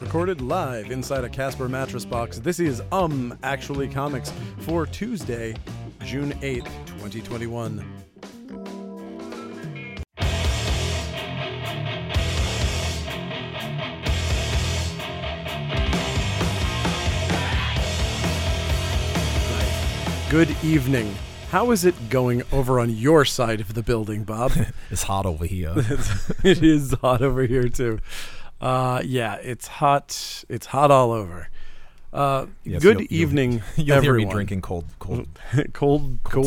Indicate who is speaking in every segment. Speaker 1: recorded live inside a Casper mattress box. This is Um Actually Comics for Tuesday, June 8th, 2021. Good evening. How is it going over on your side of the building, Bob?
Speaker 2: It's hot over here.
Speaker 1: it is hot over here too. Uh, yeah, it's hot. It's hot all over. Uh,
Speaker 2: Yes,
Speaker 1: good
Speaker 2: you'll- you'll-
Speaker 1: evening,
Speaker 2: You'll
Speaker 1: everyone.
Speaker 2: hear me drinking cold, cold.
Speaker 1: cold, cold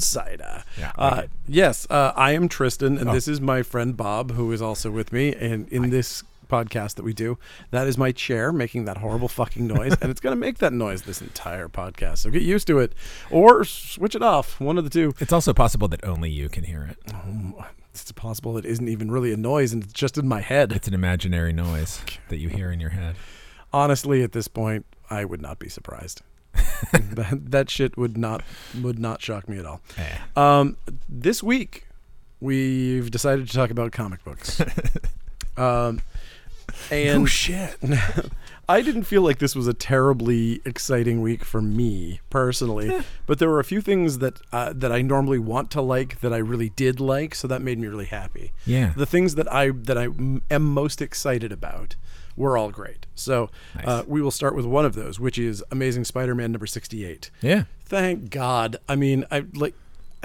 Speaker 2: cider.
Speaker 1: cider.
Speaker 2: Yeah, I
Speaker 1: uh,
Speaker 2: like it.
Speaker 1: yes, uh, I am Tristan, and this is my friend Bob, who is also with me. And in this podcast that we do, that is my chair making that horrible fucking noise, and it's going to make that noise this entire podcast. So get used to it, or switch it off. One of the two.
Speaker 2: It's also possible that only you can hear it.
Speaker 1: Oh, It's possible it isn't even really a noise, and it's just in my head.
Speaker 2: It's an imaginary noise that you hear in your head.
Speaker 1: honestly at this point i would not be surprised that, that shit would not would not shock me at all
Speaker 2: Eh.
Speaker 1: um, this week we've decided to talk about comic books um, and shit i didn't feel like this was a terribly exciting week for me personally but there were a few things that uh, that i normally want to like that i really did like so that made me really happy
Speaker 2: Yeah.
Speaker 1: the things that I that I m- am most excited about were all great. So uh, we will start with one of those, which is Amazing Spider-Man number sixty-eight.
Speaker 2: Yeah.
Speaker 1: Thank God. I mean, I like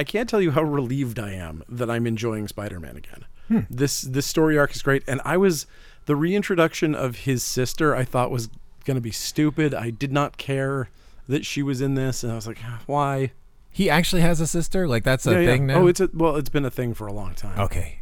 Speaker 1: I can't tell you how relieved I am that I'm enjoying Spider-Man again.
Speaker 2: Hmm.
Speaker 1: This this story arc is great and I was the reintroduction of his sister I thought was going to be stupid. I did not care that she was in this and I was like, "Ah, why?
Speaker 2: He actually has a sister. Like that's a
Speaker 1: Yeah, yeah.
Speaker 2: thing now.
Speaker 1: Oh, it's a, well, it's been a thing for a long time.
Speaker 2: okay.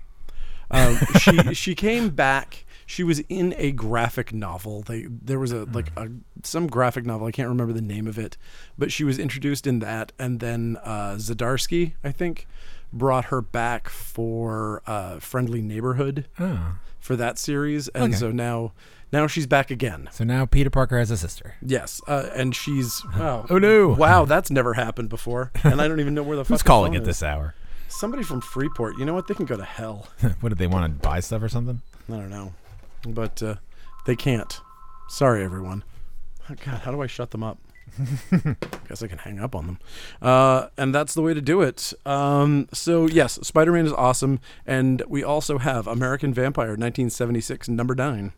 Speaker 1: Um, she she came back. She was in a graphic novel. They there was
Speaker 2: Hmm.
Speaker 1: a like a some graphic novel. I can't remember the name of it, but she was introduced in that, and then uh, Zadarsky, I think, brought her back for uh, Friendly Neighborhood
Speaker 2: Oh.
Speaker 1: for that series, and
Speaker 2: Okay.
Speaker 1: so now now she's back again.
Speaker 2: So now Peter Parker has a sister.
Speaker 1: Yes, uh, and she's wow.
Speaker 2: Oh, no.
Speaker 1: Wow, that's never happened before, and I don't even know where the fuck
Speaker 2: Who's
Speaker 1: the
Speaker 2: calling
Speaker 1: phone is.
Speaker 2: at this hour?
Speaker 1: Somebody from Freeport. You know what? They can go to hell.
Speaker 2: what did they want to buy stuff or something?
Speaker 1: I don't know, but uh, they can't. Sorry, everyone. Oh, God, how do I shut them up? Guess I can hang up on them, uh, and that's the way to do it. Um, so yes, Spider-Man is awesome, and we also have American Vampire 1976 number nine.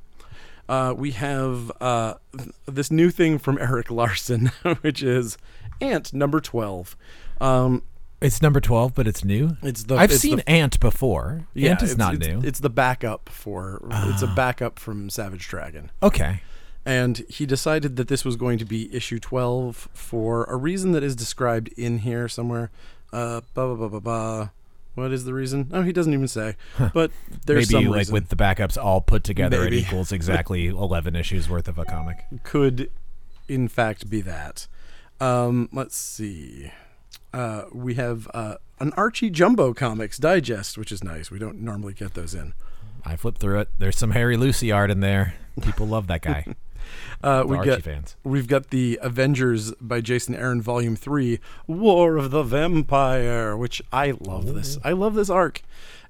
Speaker 1: Uh, we have uh, th- this new thing from Eric Larson, which is Ant number twelve. Um,
Speaker 2: It's number twelve, but it's new.
Speaker 1: It's the-
Speaker 2: I've
Speaker 1: it's
Speaker 2: seen Ant before. Ant is
Speaker 1: it's,
Speaker 2: not
Speaker 1: it's-
Speaker 2: new. Ah.
Speaker 1: It's the backup for. It's a backup from Savage Dragon.
Speaker 2: okay.
Speaker 1: and he decided that this was going to be issue 12 for a reason that is described in here somewhere. Uh, blah, blah, blah, blah, blah. What is the reason? Oh, he doesn't even say. But there's
Speaker 2: Maybe
Speaker 1: some
Speaker 2: like
Speaker 1: reason.
Speaker 2: with the backups all put together,
Speaker 1: Maybe.
Speaker 2: it equals exactly eleven issues worth of a comic.
Speaker 1: could, in fact, be that. Um, let's see. Uh, we have uh, an Archie Jumbo Comics Digest, which is nice. We don't normally get those in.
Speaker 2: I flipped through it. There's some Harry Lucy art in there. People love that guy.
Speaker 1: Uh, we
Speaker 2: Archie
Speaker 1: get,
Speaker 2: fans.
Speaker 1: We've got the Avengers by Jason Aaron, Volume Three, War of the Vampire, which I love this. I love this arc.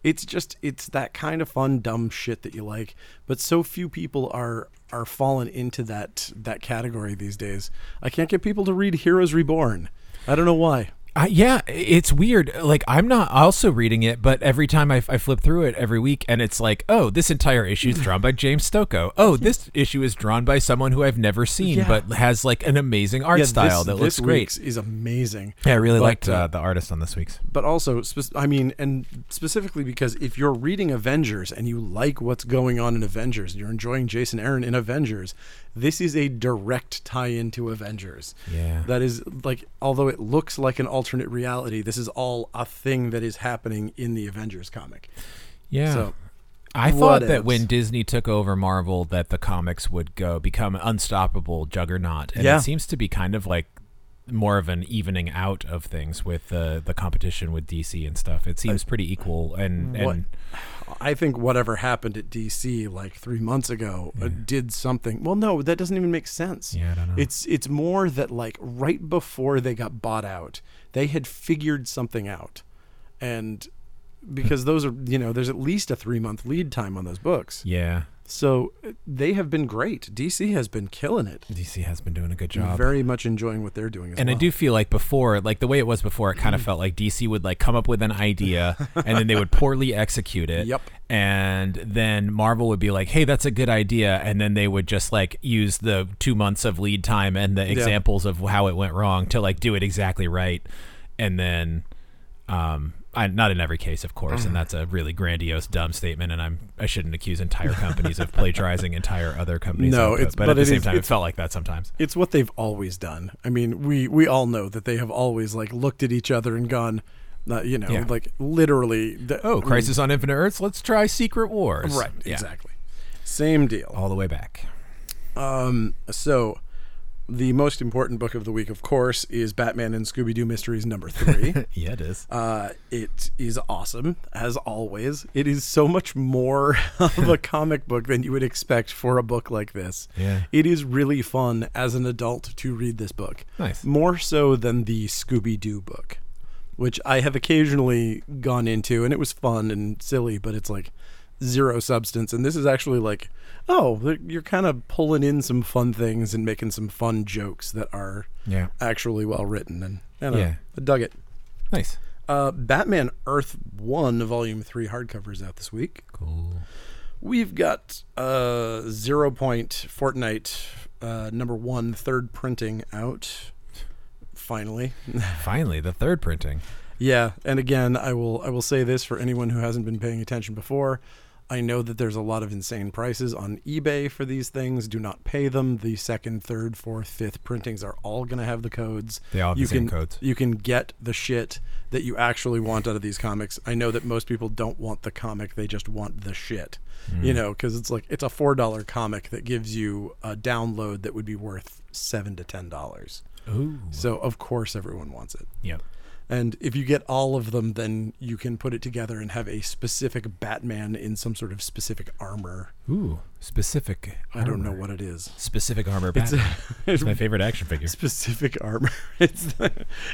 Speaker 1: It's just it's that kind of fun, dumb shit that you like, but so few people are are fallen into that that category these days. I can't get people to read Heroes Reborn. I don't know why.
Speaker 2: Uh, yeah, it's weird. Like I'm not also reading it, but every time I, I flip through it every week, and it's like, oh, this entire issue is drawn by James Stocco. Oh, this issue is drawn by someone who I've never seen,
Speaker 1: Yeah.
Speaker 2: but has like an amazing art style
Speaker 1: this,
Speaker 2: that
Speaker 1: this
Speaker 2: looks great.
Speaker 1: week's is amazing.
Speaker 2: Yeah, I really
Speaker 1: But,
Speaker 2: liked
Speaker 1: uh,
Speaker 2: uh, the artist on this week's.
Speaker 1: but also spec- i mean and specifically because if you're reading avengers and you like what's going on in avengers and you're enjoying jason aaron in avengers this is a direct tie-in to avengers
Speaker 2: Yeah.
Speaker 1: that is like although it looks like an alternate reality this is all a thing that is happening in the avengers comic
Speaker 2: Yeah.
Speaker 1: so
Speaker 2: I
Speaker 1: What
Speaker 2: thought that
Speaker 1: ifs?
Speaker 2: when Disney took over Marvel, that the comics would go become an unstoppable juggernaut, and
Speaker 1: Yeah.
Speaker 2: it seems to be kind of like more of an evening out of things with the the competition with DC and stuff. It seems pretty equal, and
Speaker 1: what-
Speaker 2: and
Speaker 1: I think whatever happened at DC like three months ago uh, did something. Well, no, that doesn't even make sense.
Speaker 2: Yeah, I don't know.
Speaker 1: It's it's more that like right before they got bought out, they had figured something out, and because those are you know there's at least a three month lead time on those books.
Speaker 2: yeah,
Speaker 1: So uh, they have been great. DC has been killing it.
Speaker 2: DC has been doing a good
Speaker 1: I'm
Speaker 2: job.
Speaker 1: Very much enjoying what they're doing. As
Speaker 2: and I
Speaker 1: well.
Speaker 2: do feel like before, like the way it was before, it kind
Speaker 1: Mm.
Speaker 2: of felt like DC would like come up with an idea and then they would poorly execute it.
Speaker 1: Yep.
Speaker 2: And then Marvel would be like, "Hey, that's a good idea," and then they would just like use the two months of lead time and the examples of how it went wrong to like do it exactly right, and then, um, I, not in every case, of course,
Speaker 1: Mm-hmm.
Speaker 2: and that's a really grandiose, dumb statement, and I'm I shouldn't accuse entire companies of plagiarizing entire other companies.
Speaker 1: No,
Speaker 2: input,
Speaker 1: it's-
Speaker 2: but,
Speaker 1: but
Speaker 2: at the
Speaker 1: it
Speaker 2: same
Speaker 1: is-
Speaker 2: time, it
Speaker 1: it's-
Speaker 2: felt like that sometimes.
Speaker 1: It's what they've always done. I mean, we we all know that they have always like looked at each other and gone, uh, you know,
Speaker 2: Yeah.
Speaker 1: like literally. The, I
Speaker 2: Oh,
Speaker 1: mean,
Speaker 2: Crisis on Infinite Earths. Let's try Secret Wars.
Speaker 1: Mm. Right.
Speaker 2: Yeah.
Speaker 1: Exactly. Same deal.
Speaker 2: All the way back.
Speaker 1: Um, so, the most important book of the week, of course, is Batman and Scooby Doo Mysteries number three.
Speaker 2: Yeah, it is.
Speaker 1: Uh, it is awesome, as always. It is so much more of a comic book than you would expect for a book like this.
Speaker 2: Yeah.
Speaker 1: It is really fun as an adult to read this book.
Speaker 2: Nice.
Speaker 1: More so than the Scooby Doo book, which I have occasionally gone into, and it was fun and silly, but it's like zero substance. And this is actually like, oh, th- you're kind of pulling in some fun things and making some fun jokes that are
Speaker 2: Yeah.
Speaker 1: actually well written. And I don't know.
Speaker 2: Yeah.
Speaker 1: I dug it.
Speaker 2: Nice.
Speaker 1: Uh, Batman Earth 1 Volume 3 hardcovers out this week.
Speaker 2: Cool.
Speaker 1: We've got uh, Zero Point Fortnite uh, number one, third printing out. Finally.
Speaker 2: Finally, the third printing.
Speaker 1: yeah, and again, I will I will say this for anyone who hasn't been paying attention before. I know that there's a lot of insane prices on eBay for these things. Do not pay them. The second, third, fourth, fifth printings are all going to have the codes.
Speaker 2: They all have
Speaker 1: you
Speaker 2: the same
Speaker 1: can,
Speaker 2: codes.
Speaker 1: You can get the shit that you actually want out of these comics. I know that most people don't want the comic; they just want the shit.
Speaker 2: Mm.
Speaker 1: You know, because it's like it's a four dollar comic that gives you a download that would be worth seven to ten dollars.
Speaker 2: Ooh.
Speaker 1: So of course everyone wants it.
Speaker 2: Yep.
Speaker 1: And if you get all of them, then you can put it together and have a specific Batman in some sort of specific armor.
Speaker 2: Ooh. Specific.
Speaker 1: I don't know
Speaker 2: armor.
Speaker 1: what it is.
Speaker 2: Specific armor. Batman. It's my favorite action figure.
Speaker 1: specific armor. It's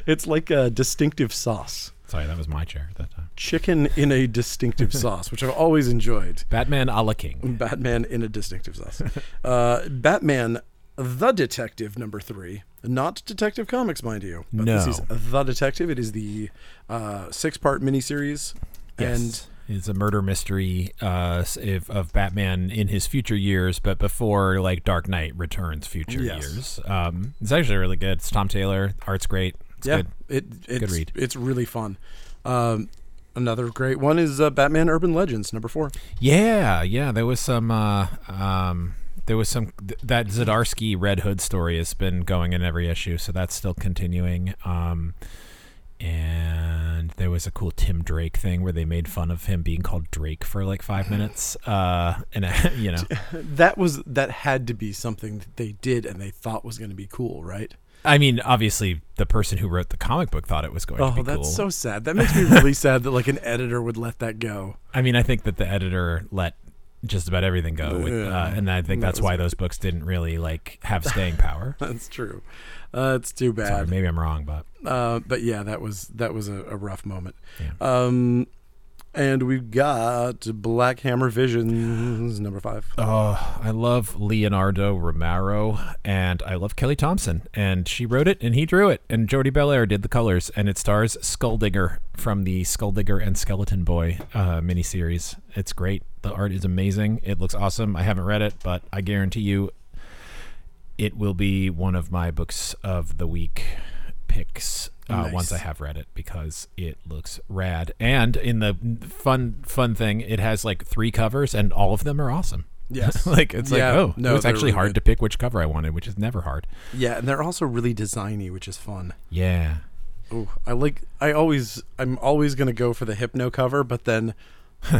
Speaker 1: it's like a distinctive sauce.
Speaker 2: Sorry, that was my chair at that time.
Speaker 1: Chicken in a distinctive sauce, which I've always enjoyed.
Speaker 2: Batman a la King.
Speaker 1: Batman in a distinctive sauce. Uh, Batman, the Detective number three, not Detective Comics, mind you. But This
Speaker 2: No.
Speaker 1: is the Detective. It is the uh, six-part miniseries, and
Speaker 2: Yes. It's a murder mystery uh, s- if, of Batman in his future years, but before like Dark Knight Returns future
Speaker 1: Yes.
Speaker 2: years. Um, it's actually really good. It's Tom Taylor. Art's great. It's
Speaker 1: yeah,
Speaker 2: good.
Speaker 1: it it's,
Speaker 2: read.
Speaker 1: It's really fun. Um, another great one is uh, Batman Urban Legends number four.
Speaker 2: Yeah, yeah. There was some. Uh, um, there was some th- that Zadarsky Red Hood story has been going in every issue, so that's still continuing. Um, and there was a cool Tim Drake thing where they made fun of him being called Drake for like five minutes. Uh, and you know,
Speaker 1: That was that had to be something that they did and they thought was going to be cool, right?
Speaker 2: I mean, obviously, the person who wrote the comic book thought it was going to
Speaker 1: Oh,
Speaker 2: be
Speaker 1: that's
Speaker 2: cool.
Speaker 1: so sad. That makes me really sad that like an editor would let that go.
Speaker 2: I mean, I think that the editor let just about everything go, with, uh,
Speaker 1: Yeah.
Speaker 2: and I think
Speaker 1: That
Speaker 2: that's
Speaker 1: was
Speaker 2: why those books didn't really like have staying power.
Speaker 1: That's true. Uh, it's too bad.
Speaker 2: Sorry, maybe I'm wrong, but
Speaker 1: Uh, but yeah, that was that was a, a rough moment.
Speaker 2: Yeah.
Speaker 1: Um, and we've got Black Hammer Visions number five.
Speaker 2: Oh, I love Leonardo Romero and I love Kelly Thompson. And she wrote it and he drew it. And Jordi Belair did the colors. And it stars Skulldigger from the Skulldigger and Skeleton Boy uh, miniseries. It's great. The art is amazing. It looks awesome. I haven't read it, but I guarantee you it will be one of my books of the week picks uh, once I
Speaker 1: Nice.
Speaker 2: have read it because it looks rad. And in the fun fun thing, it has like three covers and all of them are awesome.
Speaker 1: Yes.
Speaker 2: like it's
Speaker 1: Yeah,
Speaker 2: like oh,
Speaker 1: no,
Speaker 2: no, it's
Speaker 1: they're
Speaker 2: actually
Speaker 1: really
Speaker 2: hard
Speaker 1: good.
Speaker 2: to pick which cover I wanted, which is never hard.
Speaker 1: Yeah, and they're also really designy, which is fun.
Speaker 2: Yeah.
Speaker 1: Oh, I like. I always. I'm always gonna go for the hypno cover, but then,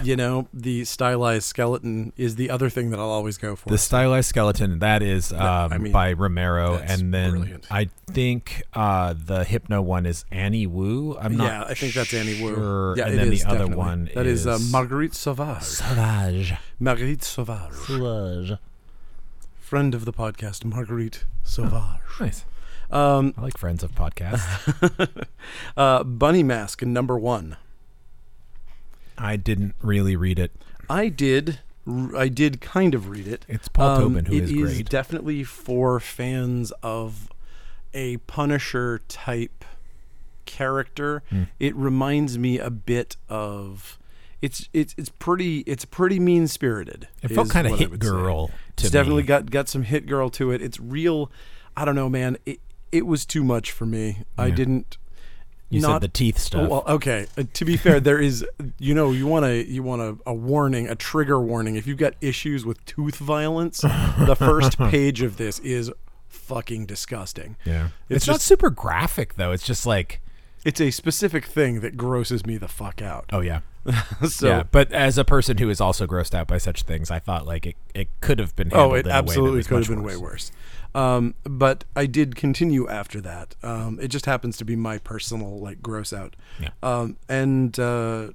Speaker 1: you know, the stylized skeleton is the other thing that I'll always go for.
Speaker 2: The stylized skeleton that is um,
Speaker 1: I mean,
Speaker 2: by Romero,
Speaker 1: that's
Speaker 2: and then
Speaker 1: brilliant.
Speaker 2: I think uh, the hypno one is Annie Wu. I'm not.
Speaker 1: yeah, I think that's Annie Wu.
Speaker 2: sure.
Speaker 1: Yeah,
Speaker 2: and
Speaker 1: it
Speaker 2: then
Speaker 1: is,
Speaker 2: the other
Speaker 1: definitely.
Speaker 2: one
Speaker 1: that is, uh,
Speaker 2: is-
Speaker 1: Marguerite Sauvage.
Speaker 2: Savage.
Speaker 1: Marguerite Sauvage,
Speaker 2: Savage.
Speaker 1: friend of the podcast, Marguerite Sauvage.
Speaker 2: Nice.
Speaker 1: Um,
Speaker 2: I like friends of podcasts.
Speaker 1: uh, Bunny Mask number one.
Speaker 2: I didn't really read it.
Speaker 1: I did. r- I did kind of read it.
Speaker 2: It's Paul
Speaker 1: Um,
Speaker 2: Tobin who
Speaker 1: it
Speaker 2: is great.
Speaker 1: definitely for fans of a Punisher type character.
Speaker 2: Hmm.
Speaker 1: It reminds me a bit of it's it's it's pretty it's pretty mean spirited.
Speaker 2: It felt kind of hit girl to
Speaker 1: It's definitely
Speaker 2: me.
Speaker 1: got got some hit girl to it. It's real. I don't know, man. It it was too much for me. I
Speaker 2: Yeah.
Speaker 1: didn't.
Speaker 2: you
Speaker 1: not-
Speaker 2: said the teeth
Speaker 1: Oh,
Speaker 2: stuff.
Speaker 1: well, okay. Uh, to be fair, there is, you know, you want a you want a, a warning, a trigger warning. If you've got issues with tooth violence, the first page of this is fucking disgusting.
Speaker 2: yeah, it's,
Speaker 1: it's
Speaker 2: not
Speaker 1: just-
Speaker 2: super graphic though. It's just like
Speaker 1: It's a specific thing that grosses me the fuck out.
Speaker 2: oh yeah,
Speaker 1: so,
Speaker 2: yeah. But as a person who is also grossed out by such things, I thought like it, it could have been. Handled
Speaker 1: oh, it
Speaker 2: in
Speaker 1: absolutely
Speaker 2: a way that
Speaker 1: could
Speaker 2: was
Speaker 1: have been
Speaker 2: much
Speaker 1: way
Speaker 2: worse.
Speaker 1: worse. Um, but I did continue after that. Um, it just happens to be my personal like gross out.
Speaker 2: Yeah.
Speaker 1: Um, and uh,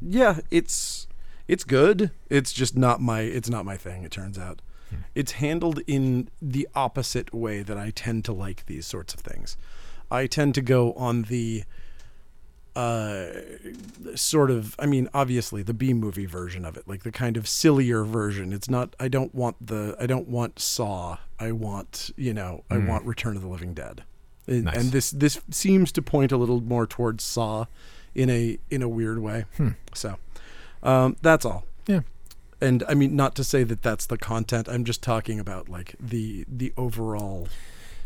Speaker 1: yeah, it's it's good. It's just not my it's not my thing. It turns out,
Speaker 2: Hmm.
Speaker 1: it's handled in the opposite way that I tend to like these sorts of things. I tend to go on the uh, sort of I mean obviously the B movie version of it like the kind of sillier version it's not I don't want the I don't want saw I want you know I want return of the living dead and,
Speaker 2: Nice.
Speaker 1: and this this seems to point a little more towards saw in a in a weird way so um, that's all
Speaker 2: Yeah.
Speaker 1: and I mean not to say that that's the content I'm just talking about like the the overall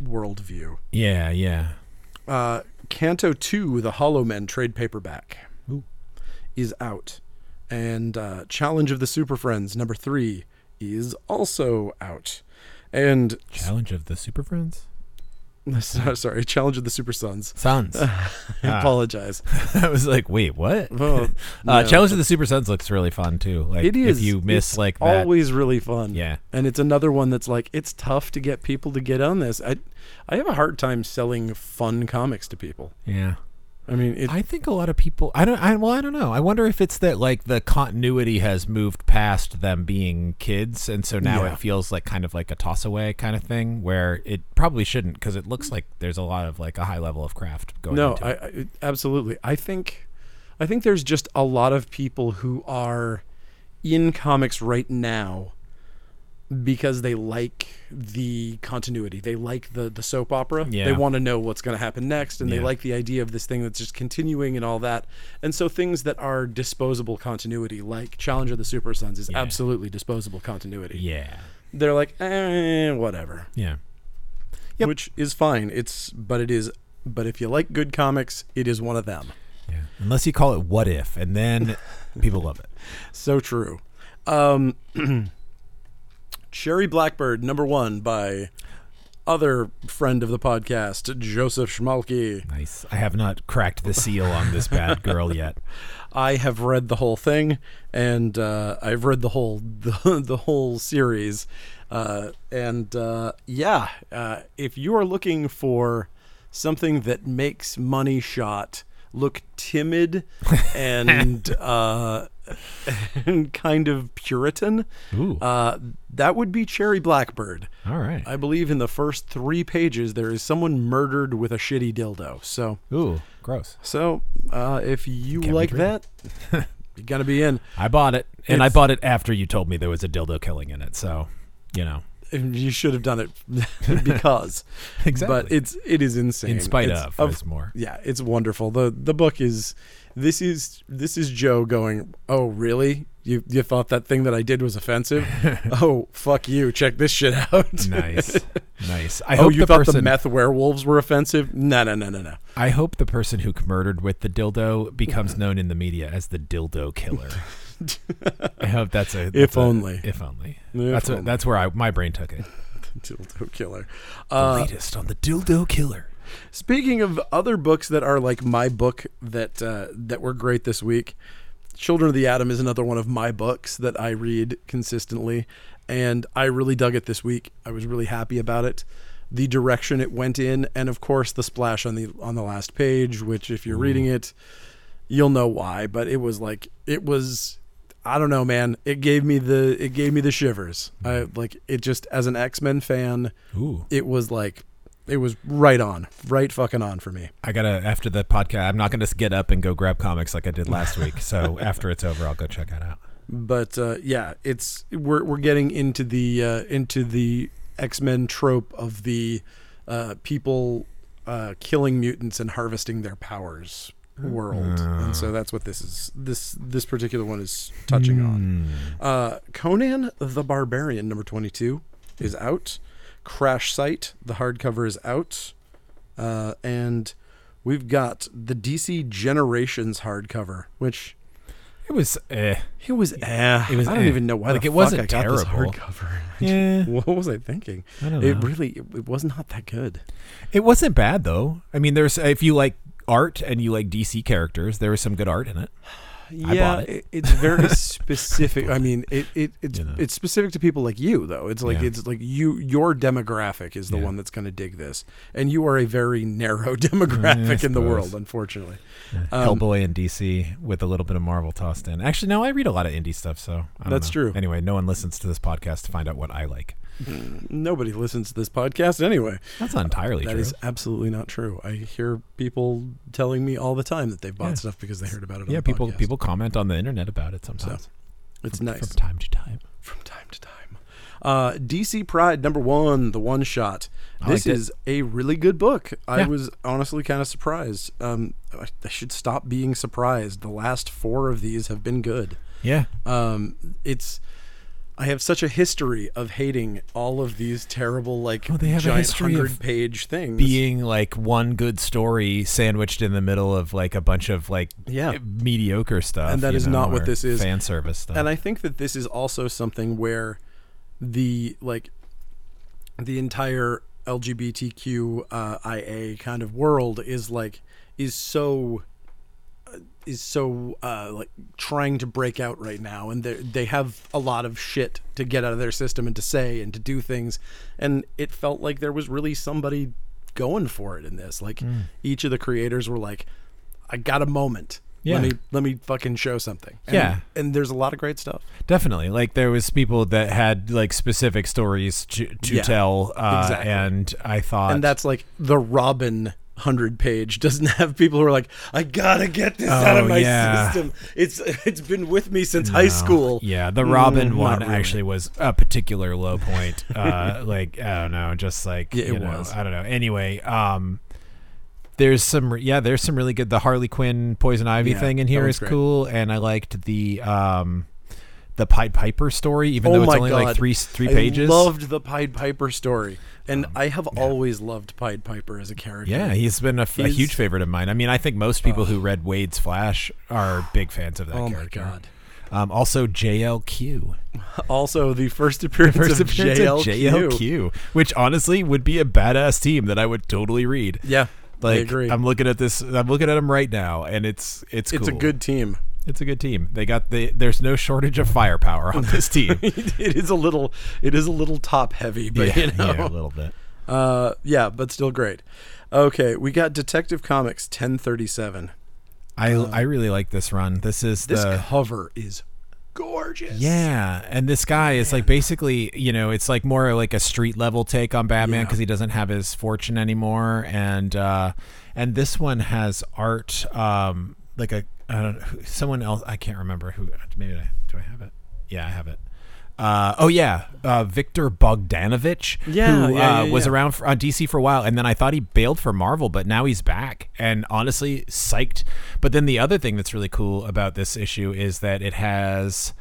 Speaker 1: worldview
Speaker 2: Yeah, yeah.
Speaker 1: uh, Canto 2, The Hollow Men trade paperback is out. And uh, Challenge of the Super Friends, number three, is also out. And
Speaker 2: Challenge of the Super Friends?
Speaker 1: so- sorry, Challenge of the Super Sons.
Speaker 2: Sons.
Speaker 1: I apologize.
Speaker 2: I was like, wait, what?
Speaker 1: Well,
Speaker 2: uh,
Speaker 1: no,
Speaker 2: Challenge of the Super Sons looks really fun too. Like
Speaker 1: it is.
Speaker 2: if you miss
Speaker 1: it's
Speaker 2: like that.
Speaker 1: always really fun.
Speaker 2: Yeah.
Speaker 1: and it's another one that's like it's tough to get people to get on this. I, I have a hard time selling fun comics to people.
Speaker 2: yeah.
Speaker 1: I mean, it,
Speaker 2: I think a lot of people I don't I well I don't know. I wonder if it's that like the continuity has moved past them being kids and so now
Speaker 1: Yeah.
Speaker 2: it feels like kind of like a toss away kind of thing where it probably shouldn't because it looks like there's a lot of like a high level of craft going
Speaker 1: no
Speaker 2: into
Speaker 1: I,
Speaker 2: it.
Speaker 1: I absolutely i think i think there's just a lot of people who are in comics right now because they like the continuity they like the the soap opera
Speaker 2: Yeah.
Speaker 1: they want to know what's going to happen next and
Speaker 2: Yeah.
Speaker 1: they like the idea of this thing that's just continuing and all that and so things that are disposable continuity like challenge of the super sons is
Speaker 2: Yeah.
Speaker 1: absolutely disposable continuity
Speaker 2: Yeah.
Speaker 1: they're like eh, whatever
Speaker 2: Yeah. Yep.
Speaker 1: which is fine it's but it is but if you like good comics it is one of them
Speaker 2: Yeah. Unless you call it what if and then people love it.
Speaker 1: So true. Um, Cherry Blackbird, number one, by other friend of the podcast, Joseph Schmalke.
Speaker 2: Nice. I have not cracked the seal on this bad girl yet.
Speaker 1: I have read the whole thing, and uh, I've read the whole the, the whole series. Uh, and uh, yeah, uh, if you are looking for something that makes Money Shot look timid and uh, and kind of Puritan,
Speaker 2: Ooh.
Speaker 1: uh, that would be Cherry Blackbird.
Speaker 2: All right.
Speaker 1: I believe in the first three pages there is someone murdered with a shitty dildo. So,
Speaker 2: Ooh, gross.
Speaker 1: so uh, if you
Speaker 2: be
Speaker 1: like
Speaker 2: pretty.
Speaker 1: that, you gotta be in.
Speaker 2: I bought it, and I
Speaker 1: It's-
Speaker 2: bought it after you told me there was a dildo killing in it. So, you know,
Speaker 1: And You should have done it because,
Speaker 2: Exactly.
Speaker 1: But it's it is insane.
Speaker 2: in spite
Speaker 1: It's-
Speaker 2: of, is more.
Speaker 1: yeah, it's wonderful. the The book is this is this is Joe going. Oh, really? You you thought that thing that I did was offensive? oh, fuck you! Check this shit out.
Speaker 2: Nice, nice. I
Speaker 1: oh,
Speaker 2: hope
Speaker 1: you
Speaker 2: the
Speaker 1: thought
Speaker 2: person.
Speaker 1: the meth werewolves were offensive? No, no, no, no, no.
Speaker 2: I hope the person who murdered with the dildo becomes known in the media as the dildo killer. I hope that's a. that's a-
Speaker 1: only.
Speaker 2: if only.
Speaker 1: If
Speaker 2: that's what-
Speaker 1: only.
Speaker 2: that's where I my brain took it.
Speaker 1: Dildo killer.
Speaker 2: The
Speaker 1: Uh,
Speaker 2: latest on the dildo killer.
Speaker 1: speaking of other books that are like my book that uh, that were great this week, Children of the Atom is another one of my books that I read consistently, and I really dug it this week. I was really happy about it. The direction it went in, and of course the splash on the on the last page, which if you're reading it, you'll know why. But it was like it was I don't know, man. It gave me the it gave me the shivers. I like it just as an X Men fan,
Speaker 2: Ooh.
Speaker 1: it was like it was right on, right fucking on for me.
Speaker 2: I gotta after the podcast. I'm not gonna just get up and go grab comics like I did last week. So after it's over, I'll go check it out.
Speaker 1: But uh, yeah, it's we're we're getting into the uh, into the X Men trope of the uh, people uh, killing mutants and harvesting their powers world, and so that's what this is. This this particular one is touching on. Uh, Conan the Barbarian number twenty two is out. Crash Site the hardcover is out, uh, and we've got the DC Generations hardcover, which
Speaker 2: It was. Eh.
Speaker 1: it was. Eh,
Speaker 2: It was
Speaker 1: I don't
Speaker 2: eh.
Speaker 1: even know why
Speaker 2: Like,
Speaker 1: the
Speaker 2: it
Speaker 1: fuck
Speaker 2: wasn't
Speaker 1: I got this
Speaker 2: terrible.
Speaker 1: hardcover.
Speaker 2: Yeah.
Speaker 1: what was I thinking?
Speaker 2: I don't
Speaker 1: eh. It
Speaker 2: know.
Speaker 1: really it, it was not that good.
Speaker 2: It wasn't bad though. I mean, there's if you like art and you like DC characters, there was some good art in it. bought
Speaker 1: Yeah,
Speaker 2: it.
Speaker 1: it- it's very specific. I mean, it, it it's
Speaker 2: You know.
Speaker 1: it's specific to people like you though. It's like
Speaker 2: Yeah.
Speaker 1: it's like you your demographic is the
Speaker 2: Yeah.
Speaker 1: one that's going to dig this, and you are a very narrow demographic in the
Speaker 2: suppose.
Speaker 1: world, unfortunately. Um,
Speaker 2: Hellboy and DC with a little bit of Marvel tossed in. Actually, no, I read a lot of indie stuff, so I don't
Speaker 1: That's
Speaker 2: know.
Speaker 1: true.
Speaker 2: Anyway, no one listens to this podcast to find out what I like.
Speaker 1: Nobody listens to this podcast anyway.
Speaker 2: That's not entirely
Speaker 1: Uh, That
Speaker 2: true.
Speaker 1: is absolutely not true. I hear people telling me all the time that they've bought
Speaker 2: Yeah.
Speaker 1: stuff because they heard about it. On
Speaker 2: yeah,
Speaker 1: the
Speaker 2: people
Speaker 1: podcast.
Speaker 2: people comment on the internet about it sometimes
Speaker 1: It's
Speaker 2: from
Speaker 1: nice
Speaker 2: time to time.
Speaker 1: from time to time. Uh, DC Pride number one, the one shot.
Speaker 2: I
Speaker 1: This
Speaker 2: liked it.
Speaker 1: is a really good book. I
Speaker 2: Yeah.
Speaker 1: was honestly kind of surprised. Um, I, I should stop being surprised. The last four of these have been good.
Speaker 2: Yeah,
Speaker 1: Um, it's. I have such a history of hating all of these terrible, like
Speaker 2: Well, Oh, they have a
Speaker 1: giant
Speaker 2: history of
Speaker 1: hundred-page things.
Speaker 2: being like one good story sandwiched in the middle of like a bunch of like
Speaker 1: Yeah.
Speaker 2: mediocre stuff,
Speaker 1: And that
Speaker 2: you
Speaker 1: is not
Speaker 2: know,
Speaker 1: what
Speaker 2: or
Speaker 1: this is.
Speaker 2: Fan service stuff.
Speaker 1: and I think that this is also something where the like the entire LGBTQIA uh, IA kind of world is like is so uh, is so uh, like trying to break out right now, and they they have a lot of shit to get out of their system and to say and to do things, and it felt like there was really somebody going for it in this. Like each of the creators were like, "I got a moment."
Speaker 2: Yeah.
Speaker 1: Let me let me fucking show something. And-
Speaker 2: Yeah.
Speaker 1: and there's a lot of great stuff.
Speaker 2: Definitely, like there was people that had like specific stories to, to
Speaker 1: Yeah,
Speaker 2: tell, uh,
Speaker 1: exactly.
Speaker 2: and I thought
Speaker 1: and that's like the Robin hundred page doesn't have people who are like, I gotta get this out
Speaker 2: Oh,
Speaker 1: of my
Speaker 2: yeah.
Speaker 1: system. It's it's been with me since high school.
Speaker 2: Yeah, the Robin
Speaker 1: Mm,
Speaker 2: one
Speaker 1: not really.
Speaker 2: actually was a particular low point. Uh, like I don't know, just like
Speaker 1: Yeah, it
Speaker 2: you know,
Speaker 1: was.
Speaker 2: I don't know. Anyway, um, there's some yeah, there's some really good. The Harley Quinn Poison Ivy
Speaker 1: Yeah,
Speaker 2: thing in
Speaker 1: that
Speaker 2: here
Speaker 1: one's
Speaker 2: is
Speaker 1: great.
Speaker 2: cool, and I liked the um, the Pied Piper story, even
Speaker 1: Oh
Speaker 2: though it's
Speaker 1: my
Speaker 2: only
Speaker 1: God.
Speaker 2: like three three
Speaker 1: I
Speaker 2: pages. Um,
Speaker 1: loved the Pied Piper story, and I have always loved Pied Piper as a character.
Speaker 2: Yeah, he's been a, f- a
Speaker 1: He's-
Speaker 2: huge favorite of mine. I mean, I think most people who read Wade's Flash are big fans of that
Speaker 1: Oh my
Speaker 2: character.
Speaker 1: God.
Speaker 2: Um, also, JLQ.
Speaker 1: Also, the first appearance,
Speaker 2: First
Speaker 1: of,
Speaker 2: appearance of
Speaker 1: JLQ.
Speaker 2: JLQ, which honestly would be a badass team that I would totally read.
Speaker 1: Yeah,
Speaker 2: Like
Speaker 1: I agree.
Speaker 2: am looking at this. I'm looking at them right now, and it's it's
Speaker 1: it's a
Speaker 2: cool.
Speaker 1: good team.
Speaker 2: it's a good team. They got the there's no shortage of firepower on this team.
Speaker 1: it is a little it is a little top heavy, but
Speaker 2: yeah,
Speaker 1: you know.
Speaker 2: yeah, a little bit.
Speaker 1: Uh, yeah, but still great. Okay, we got Detective Comics 1037.
Speaker 2: I I really like this run. This is
Speaker 1: Uh, This
Speaker 2: the
Speaker 1: cover is gorgeous.
Speaker 2: Yeah, and this guy is like basically, you know, it's like more like a street level take on Batman
Speaker 1: Yeah.
Speaker 2: because he doesn't have his fortune anymore, and uh, and this one has art, um, like a I don't know, who- someone else I can't remember who. Maybe I do I have it? Yeah, I have it. Uh, oh yeah, uh, Victor Bogdanovich,
Speaker 1: Yeah,
Speaker 2: who
Speaker 1: yeah,
Speaker 2: uh,
Speaker 1: yeah,
Speaker 2: was
Speaker 1: yeah.
Speaker 2: around for, on DC for a while, and then I thought he bailed for Marvel, but now he's back, and honestly, psyched. But then the other thing that's really cool about this issue is that it has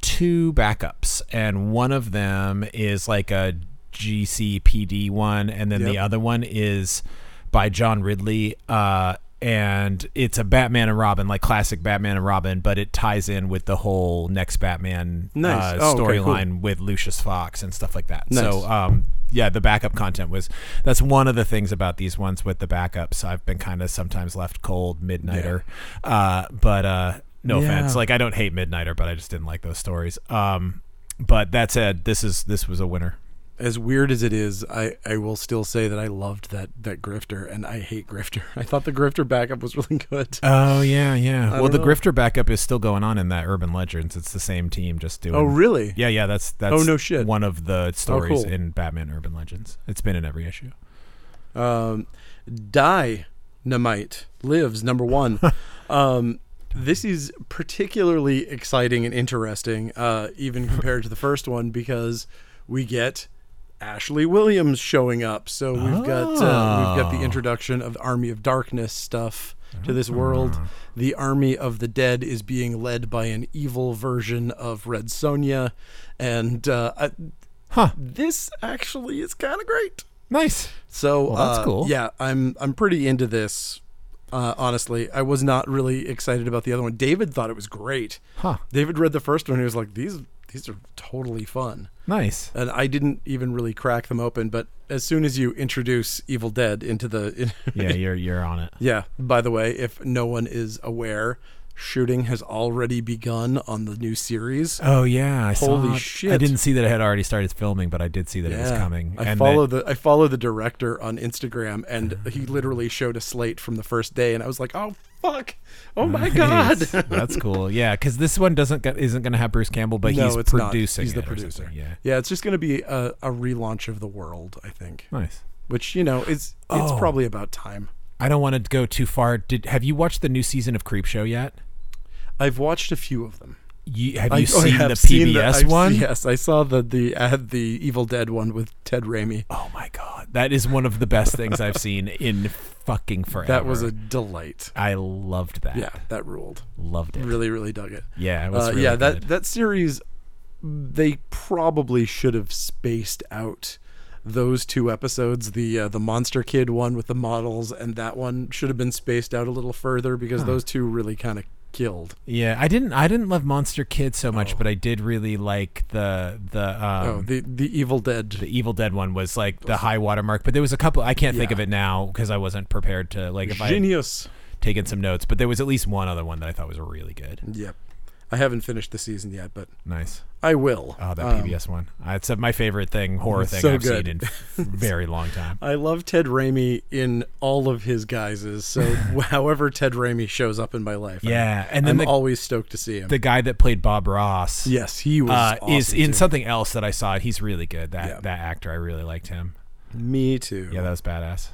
Speaker 2: two backups, and one of them is like a GCPD one, and then the
Speaker 1: Yep.
Speaker 2: other one is by John Ridley. Uh, and it's a Batman and Robin, like classic Batman and Robin, but it ties in with the whole next Batman
Speaker 1: Nice.
Speaker 2: uh,
Speaker 1: Oh, okay, cool.
Speaker 2: storyline with Lucius Fox and stuff like that. So,
Speaker 1: Nice.
Speaker 2: um, yeah, the backup content was that's one of the things about these ones with the backups. I've been kind of sometimes left cold Midnighter, uh, but uh, no
Speaker 1: Yeah.
Speaker 2: offense, like I don't hate Midnighter, but I just didn't like those stories. Um, but that said, this is this was a winner.
Speaker 1: As weird as it is, I, I will still say that I loved that that grifter and I hate grifter. I thought the grifter backup was really good.
Speaker 2: Oh yeah, yeah. well,
Speaker 1: don't
Speaker 2: the
Speaker 1: know.
Speaker 2: Grifter backup is still going on in that Urban Legends. It's the same team just doing.
Speaker 1: Oh really?
Speaker 2: Yeah, yeah. That's that's.
Speaker 1: Oh, no shit.
Speaker 2: One of the stories
Speaker 1: cool.
Speaker 2: in Batman Urban Legends. It's been in every issue.
Speaker 1: Um Dynamite lives number one. um This is particularly exciting and interesting, uh, even compared to the first one, because we get Ashley Williams showing up. So we've got uh, we've got the introduction of the Army of Darkness stuff to this world. The Army of the Dead is being led by an evil version of Red Sonja, and uh, I,
Speaker 2: Huh.
Speaker 1: this actually is kind of great.
Speaker 2: Nice.
Speaker 1: So
Speaker 2: Well, that's
Speaker 1: uh,
Speaker 2: cool.
Speaker 1: Yeah, I'm I'm pretty into this. Uh, honestly, I was not really excited about the other one. David thought it was great.
Speaker 2: Huh.
Speaker 1: David read the first one. He was like, "These these are totally fun,"
Speaker 2: Nice.
Speaker 1: and I didn't even really crack them open. But as soon as you introduce Evil Dead into the
Speaker 2: Yeah, you're you're on it.
Speaker 1: yeah. By the way, if no one is aware, shooting has already begun on the new series.
Speaker 2: Oh yeah,
Speaker 1: Holy
Speaker 2: I saw it. I
Speaker 1: shit.
Speaker 2: didn't see that it had already started filming, but I did see that it was
Speaker 1: Yeah.
Speaker 2: coming.
Speaker 1: I
Speaker 2: and Ah.
Speaker 1: follow the I follow the director on Instagram, and he literally showed a slate from the first day, and I was like, "Oh fuck! Oh my
Speaker 2: Nice.
Speaker 1: god!"
Speaker 2: That's cool. Yeah, because this one doesn't go, isn't going to have Bruce Campbell, but
Speaker 1: no,
Speaker 2: he's
Speaker 1: it's
Speaker 2: producing.
Speaker 1: not. He's the
Speaker 2: it or something.
Speaker 1: producer.
Speaker 2: Yeah.
Speaker 1: yeah. It's just going to be a, a relaunch of the world, I think.
Speaker 2: Nice.
Speaker 1: Which you know, it's it's
Speaker 2: Oh.
Speaker 1: probably about time.
Speaker 2: I don't want to go too far. Did have you watched the new season of Creepshow yet?
Speaker 1: I've watched a few of them.
Speaker 2: You, have
Speaker 1: I-
Speaker 2: you
Speaker 1: oh, I
Speaker 2: seen
Speaker 1: have
Speaker 2: the PBS
Speaker 1: seen the- I've-
Speaker 2: one?
Speaker 1: Yes, I saw the the uh, the Evil Dead one with Ted Raimi.
Speaker 2: Oh my god, that is one of the best things I've seen in fucking forever.
Speaker 1: That was a delight.
Speaker 2: I loved that.
Speaker 1: Yeah, that ruled.
Speaker 2: loved it.
Speaker 1: Really, really dug it.
Speaker 2: Yeah, it was
Speaker 1: Uh,
Speaker 2: really
Speaker 1: yeah,
Speaker 2: good.
Speaker 1: that that series, they probably should have spaced out those two episodes. The uh, the Monster Kid one with the models, and that one should have been spaced out a little further because those two really kind of killed.
Speaker 2: Yeah, I didn't. I didn't love Monster Kid so much, but I did really like the the um,
Speaker 1: oh, the the Evil Dead.
Speaker 2: the Evil Dead one was like the high watermark. But there was a couple. I can't think
Speaker 1: Yeah.
Speaker 2: of it now because I wasn't prepared to like if I had
Speaker 1: Genius.
Speaker 2: taken some notes. But there was at least one other one that I thought was really good.
Speaker 1: Yep. I haven't finished the season yet, but
Speaker 2: Nice.
Speaker 1: I will.
Speaker 2: Oh, that
Speaker 1: Um,
Speaker 2: PBS one. Uh, It's uh, my favorite thing, horror
Speaker 1: it's
Speaker 2: thing
Speaker 1: so
Speaker 2: I've
Speaker 1: good.
Speaker 2: seen in f- very long time.
Speaker 1: I love Ted Raimi in all of his guises. So, however Ted Raimi shows up in my life, I'm-
Speaker 2: Yeah, and
Speaker 1: I'm
Speaker 2: then the,
Speaker 1: always stoked to see him.
Speaker 2: the guy that played Bob Ross.
Speaker 1: yes, he was
Speaker 2: Uh, is
Speaker 1: awesome,
Speaker 2: in
Speaker 1: too.
Speaker 2: something else that I saw. He's really good. That
Speaker 1: Yeah. Uh-huh.
Speaker 2: that actor, I really liked him.
Speaker 1: Me too.
Speaker 2: Yeah, that was badass.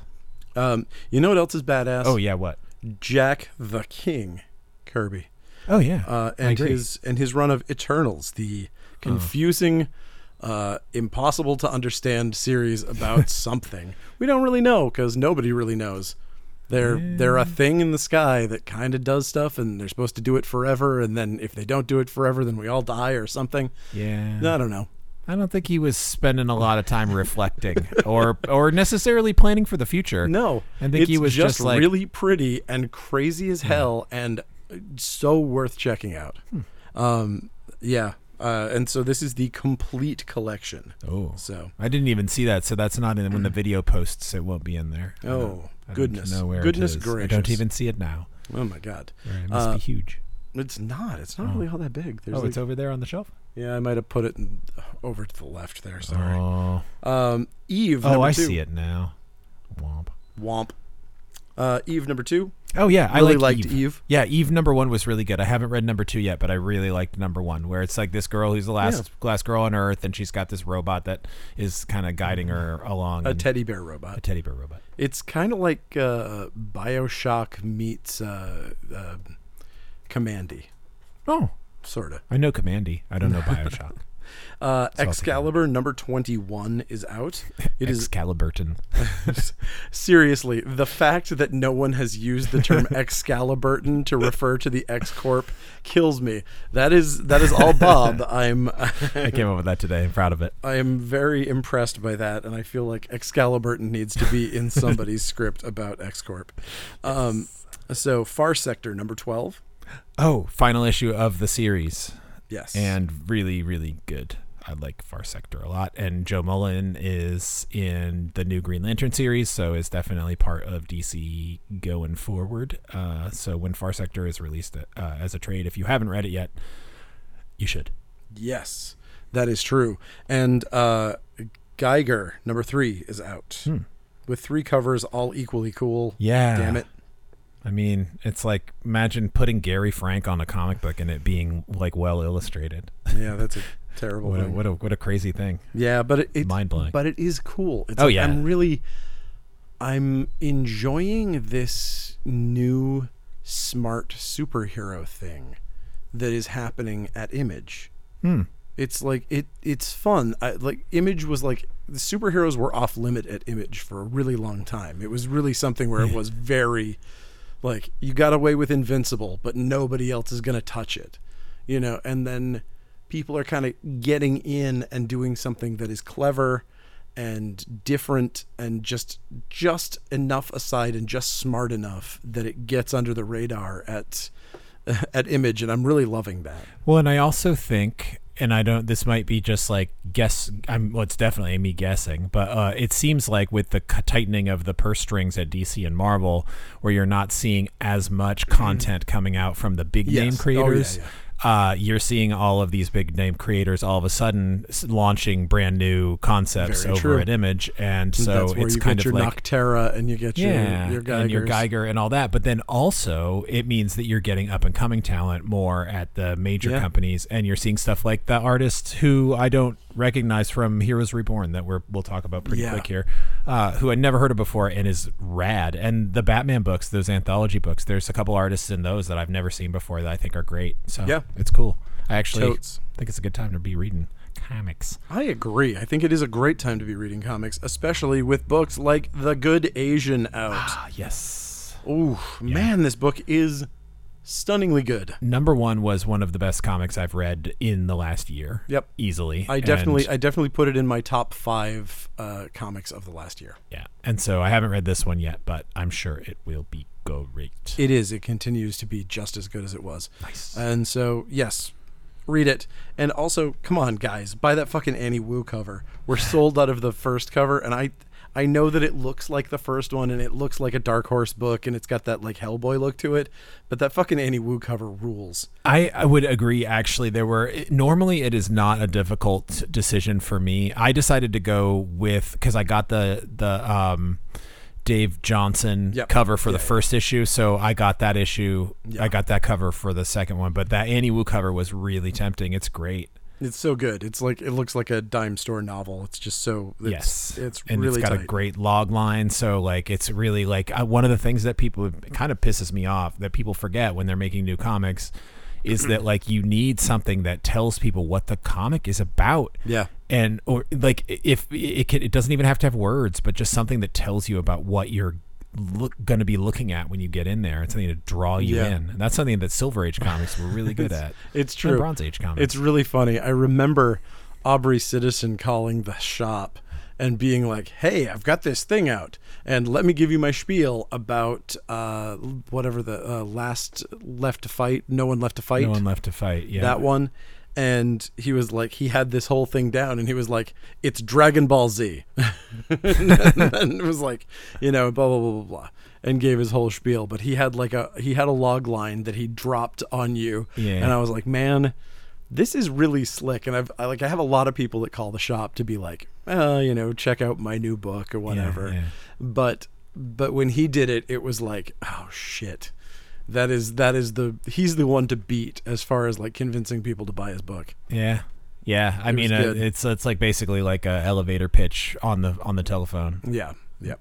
Speaker 1: Um, you know what else is badass?
Speaker 2: Oh yeah, what?
Speaker 1: Jack the King Kirby,
Speaker 2: Oh yeah,
Speaker 1: uh,
Speaker 2: I
Speaker 1: and
Speaker 2: agree.
Speaker 1: his and his run of Eternals, the confusing, uh, impossible to understand series about something we don't really know because nobody really knows. They're they're a thing in the sky that kind of does stuff, and they're supposed to do it forever. And then if they don't do it forever, then we all die or something.
Speaker 2: yeah.
Speaker 1: I don't know.
Speaker 2: I don't think he was spending a lot of time reflecting or or necessarily planning for the future.
Speaker 1: No,
Speaker 2: I think
Speaker 1: it's
Speaker 2: he was just, like- Hmm.
Speaker 1: really pretty and crazy as hell, and so worth checking out. Um, yeah, uh, and so this is the complete collection.
Speaker 2: Oh.
Speaker 1: So,
Speaker 2: I didn't even see that, so that's not in when the video posts. It won't be in there. I don't-
Speaker 1: oh
Speaker 2: I don't
Speaker 1: goodness,
Speaker 2: know where it
Speaker 1: goodness
Speaker 2: is.
Speaker 1: gracious!
Speaker 2: I don't even see it now.
Speaker 1: Oh my god,
Speaker 2: It must
Speaker 1: Uh,
Speaker 2: be huge.
Speaker 1: it's not. It's not really all that big. There's
Speaker 2: Oh, it's
Speaker 1: like-
Speaker 2: over there on the shelf.
Speaker 1: yeah, I might have put it in, uh, over to the left there. Sorry.
Speaker 2: Oh,
Speaker 1: Um, Eve.
Speaker 2: oh,
Speaker 1: number
Speaker 2: I
Speaker 1: two.
Speaker 2: see it now. Womp.
Speaker 1: Womp. Uh, Eve number two.
Speaker 2: Oh yeah, I
Speaker 1: really
Speaker 2: liked
Speaker 1: liked
Speaker 2: Eve.
Speaker 1: Eve.
Speaker 2: Yeah, Eve number one was really good. I haven't read number two yet, but I really liked number one, where it's like this girl who's the last last girl on Earth, and she's got this robot that is kind of guiding her along.
Speaker 1: A
Speaker 2: and-
Speaker 1: teddy bear robot.
Speaker 2: a teddy bear robot.
Speaker 1: It's kind of like uh, Bioshock meets uh, uh, Commandy,
Speaker 2: Oh,
Speaker 1: sort of.
Speaker 2: I know Commandy. I don't know Bioshock.
Speaker 1: Uh,
Speaker 2: I'll take
Speaker 1: Excalibur number 21 is out. It is
Speaker 2: Excaliburton.
Speaker 1: seriously the fact that no one has used the term Excaliburton to refer to the X Corp kills me. That is that is all Bob. I'm
Speaker 2: I came up with that today. I'm proud of it.
Speaker 1: I am very impressed by that, and I feel like Excaliburton needs to be in somebody's script about X Corp. Um, so Far Sector number 12.
Speaker 2: Oh, final issue of the series,
Speaker 1: Yes.
Speaker 2: and really, really good. I like Far Sector a lot, and Joe Mullen is in the new Green Lantern series, so is definitely part of DC going forward. Uh, so when Far Sector is released uh, as a trade, if you haven't read it yet, you should.
Speaker 1: Yes, that is true. And uh, Geiger number three is out with three covers, all equally cool.
Speaker 2: Hmm. Yeah.
Speaker 1: Damn it.
Speaker 2: I mean, it's like imagine putting Gary Frank on a comic book and it being like well illustrated.
Speaker 1: Yeah, that's a terrible
Speaker 2: What a,
Speaker 1: thing.
Speaker 2: what a what a crazy thing.
Speaker 1: Yeah, but it, it's
Speaker 2: Mind-blowing.
Speaker 1: But it is cool. It's
Speaker 2: Oh,
Speaker 1: like,
Speaker 2: yeah.
Speaker 1: I'm really, I'm enjoying this new smart superhero thing that is happening at Image. It's like it. It's fun. I, like Image was like the superheroes were off limit at Image for a really long time. It was really something where it was very, like you got away with Invincible, but nobody else is gonna touch it, you know. And then people are kind of getting in and doing something that is clever and different and just just enough aside and just smart enough that it gets under the radar at at image and i'm really loving that
Speaker 2: Well, and I also think, and I don't. This might be just like guess. I'm. Well, it's definitely me guessing, but uh, it seems like with the c- tightening of the purse strings at DC and Marvel, where you're not seeing as much content coming out from the big
Speaker 1: Mm-hmm. Yes. Oh,
Speaker 2: name
Speaker 1: yeah,
Speaker 2: creators.
Speaker 1: yeah.
Speaker 2: Uh, you're seeing all of these big name creators all of a sudden s- launching brand new concepts
Speaker 1: Very
Speaker 2: over
Speaker 1: true.
Speaker 2: at Image, and so
Speaker 1: that's where
Speaker 2: it's
Speaker 1: you
Speaker 2: kind
Speaker 1: get
Speaker 2: of
Speaker 1: your
Speaker 2: like
Speaker 1: Noctera and you get your your Geigers.
Speaker 2: and your Geiger and all that. But then also, it means that you're getting up and coming talent more at the major
Speaker 1: Yeah.
Speaker 2: companies, and you're seeing stuff like the artists who I don't recognize from Heroes Reborn that we're, we'll talk about pretty
Speaker 1: Yeah.
Speaker 2: quick here, uh, who I never heard of before and is rad. And the Batman books, those anthology books, there's a couple artists in those that I've never seen before that I think are great. So
Speaker 1: Yeah.
Speaker 2: it's cool. I actually
Speaker 1: Totes.
Speaker 2: think it's a good time to be reading comics.
Speaker 1: I agree. I think it is a great time to be reading comics, especially with books like The Good Asian out.
Speaker 2: Ah, yes.
Speaker 1: Ooh, man, this book is stunningly good.
Speaker 2: number one was one of the best comics I've read in the last year.
Speaker 1: Yep.
Speaker 2: easily.
Speaker 1: I
Speaker 2: And-
Speaker 1: definitely, I definitely put it in my top five uh, comics of the last year.
Speaker 2: yeah. And so I haven't read this one yet, but I'm sure it will be great.
Speaker 1: It is. It continues to be just as good as it was.
Speaker 2: Nice.
Speaker 1: And so, yes, read it. And also, come on, guys, buy that fucking Annie Wu cover. We're sold out of the first cover, and I. I know that it looks like the first one and it looks like a Dark Horse book and it's got that like Hellboy look to it, but that fucking Annie Wu cover rules.
Speaker 2: I, I would agree. Actually, there were normally it is not a difficult decision for me. I decided to go with because I got the the um, Dave Johnson
Speaker 1: Yep.
Speaker 2: cover for the
Speaker 1: Yeah, yeah.
Speaker 2: first issue, so I got that issue. I got that cover for the second one, but that Annie Wu cover was really tempting. It's great.
Speaker 1: It's so good. It's like it looks like a dime store novel. It's just so it's,
Speaker 2: yes
Speaker 1: it's
Speaker 2: and
Speaker 1: really
Speaker 2: it's got
Speaker 1: tight.
Speaker 2: a great log line so like it's really like I, one of the things that people it kind of pisses me off that people forget when they're making new comics is that like you need something that tells people what the comic is about
Speaker 1: Yeah.
Speaker 2: and or like if it can, it doesn't even have to have words but just something that tells you about what you're look going to be looking at when you get in there it's something to draw you
Speaker 1: Yeah.
Speaker 2: in and that's something that silver age comics were really good at
Speaker 1: It's
Speaker 2: and
Speaker 1: true.
Speaker 2: bronze age comics
Speaker 1: It's really funny. I remember Aubrey Citizen calling the shop and being like, "Hey, I've got this thing out, and let me give you my spiel about uh, whatever the uh, last left to fight, no one left to fight,
Speaker 2: no one left to fight yeah
Speaker 1: that one." And he was like, he had this whole thing down, and he was like, "It's Dragon Ball Z," and it was like, you know, blah blah blah blah blah, and gave his whole spiel. But he had like a he had a log line that he dropped on you,
Speaker 2: Yeah.
Speaker 1: and I was like, man, this is really slick. And I've I, like I have a lot of people that call the shop to be like, uh, you know, check out my new book or whatever.
Speaker 2: yeah.
Speaker 1: But but when he did it, it was like, oh shit. That is that is the he's the one to beat as far as like convincing people to buy his book.
Speaker 2: Yeah. Yeah, I
Speaker 1: was
Speaker 2: mean, uh,
Speaker 1: good.
Speaker 2: it's it's like basically like a elevator pitch on the on the telephone.
Speaker 1: Yeah, yeah.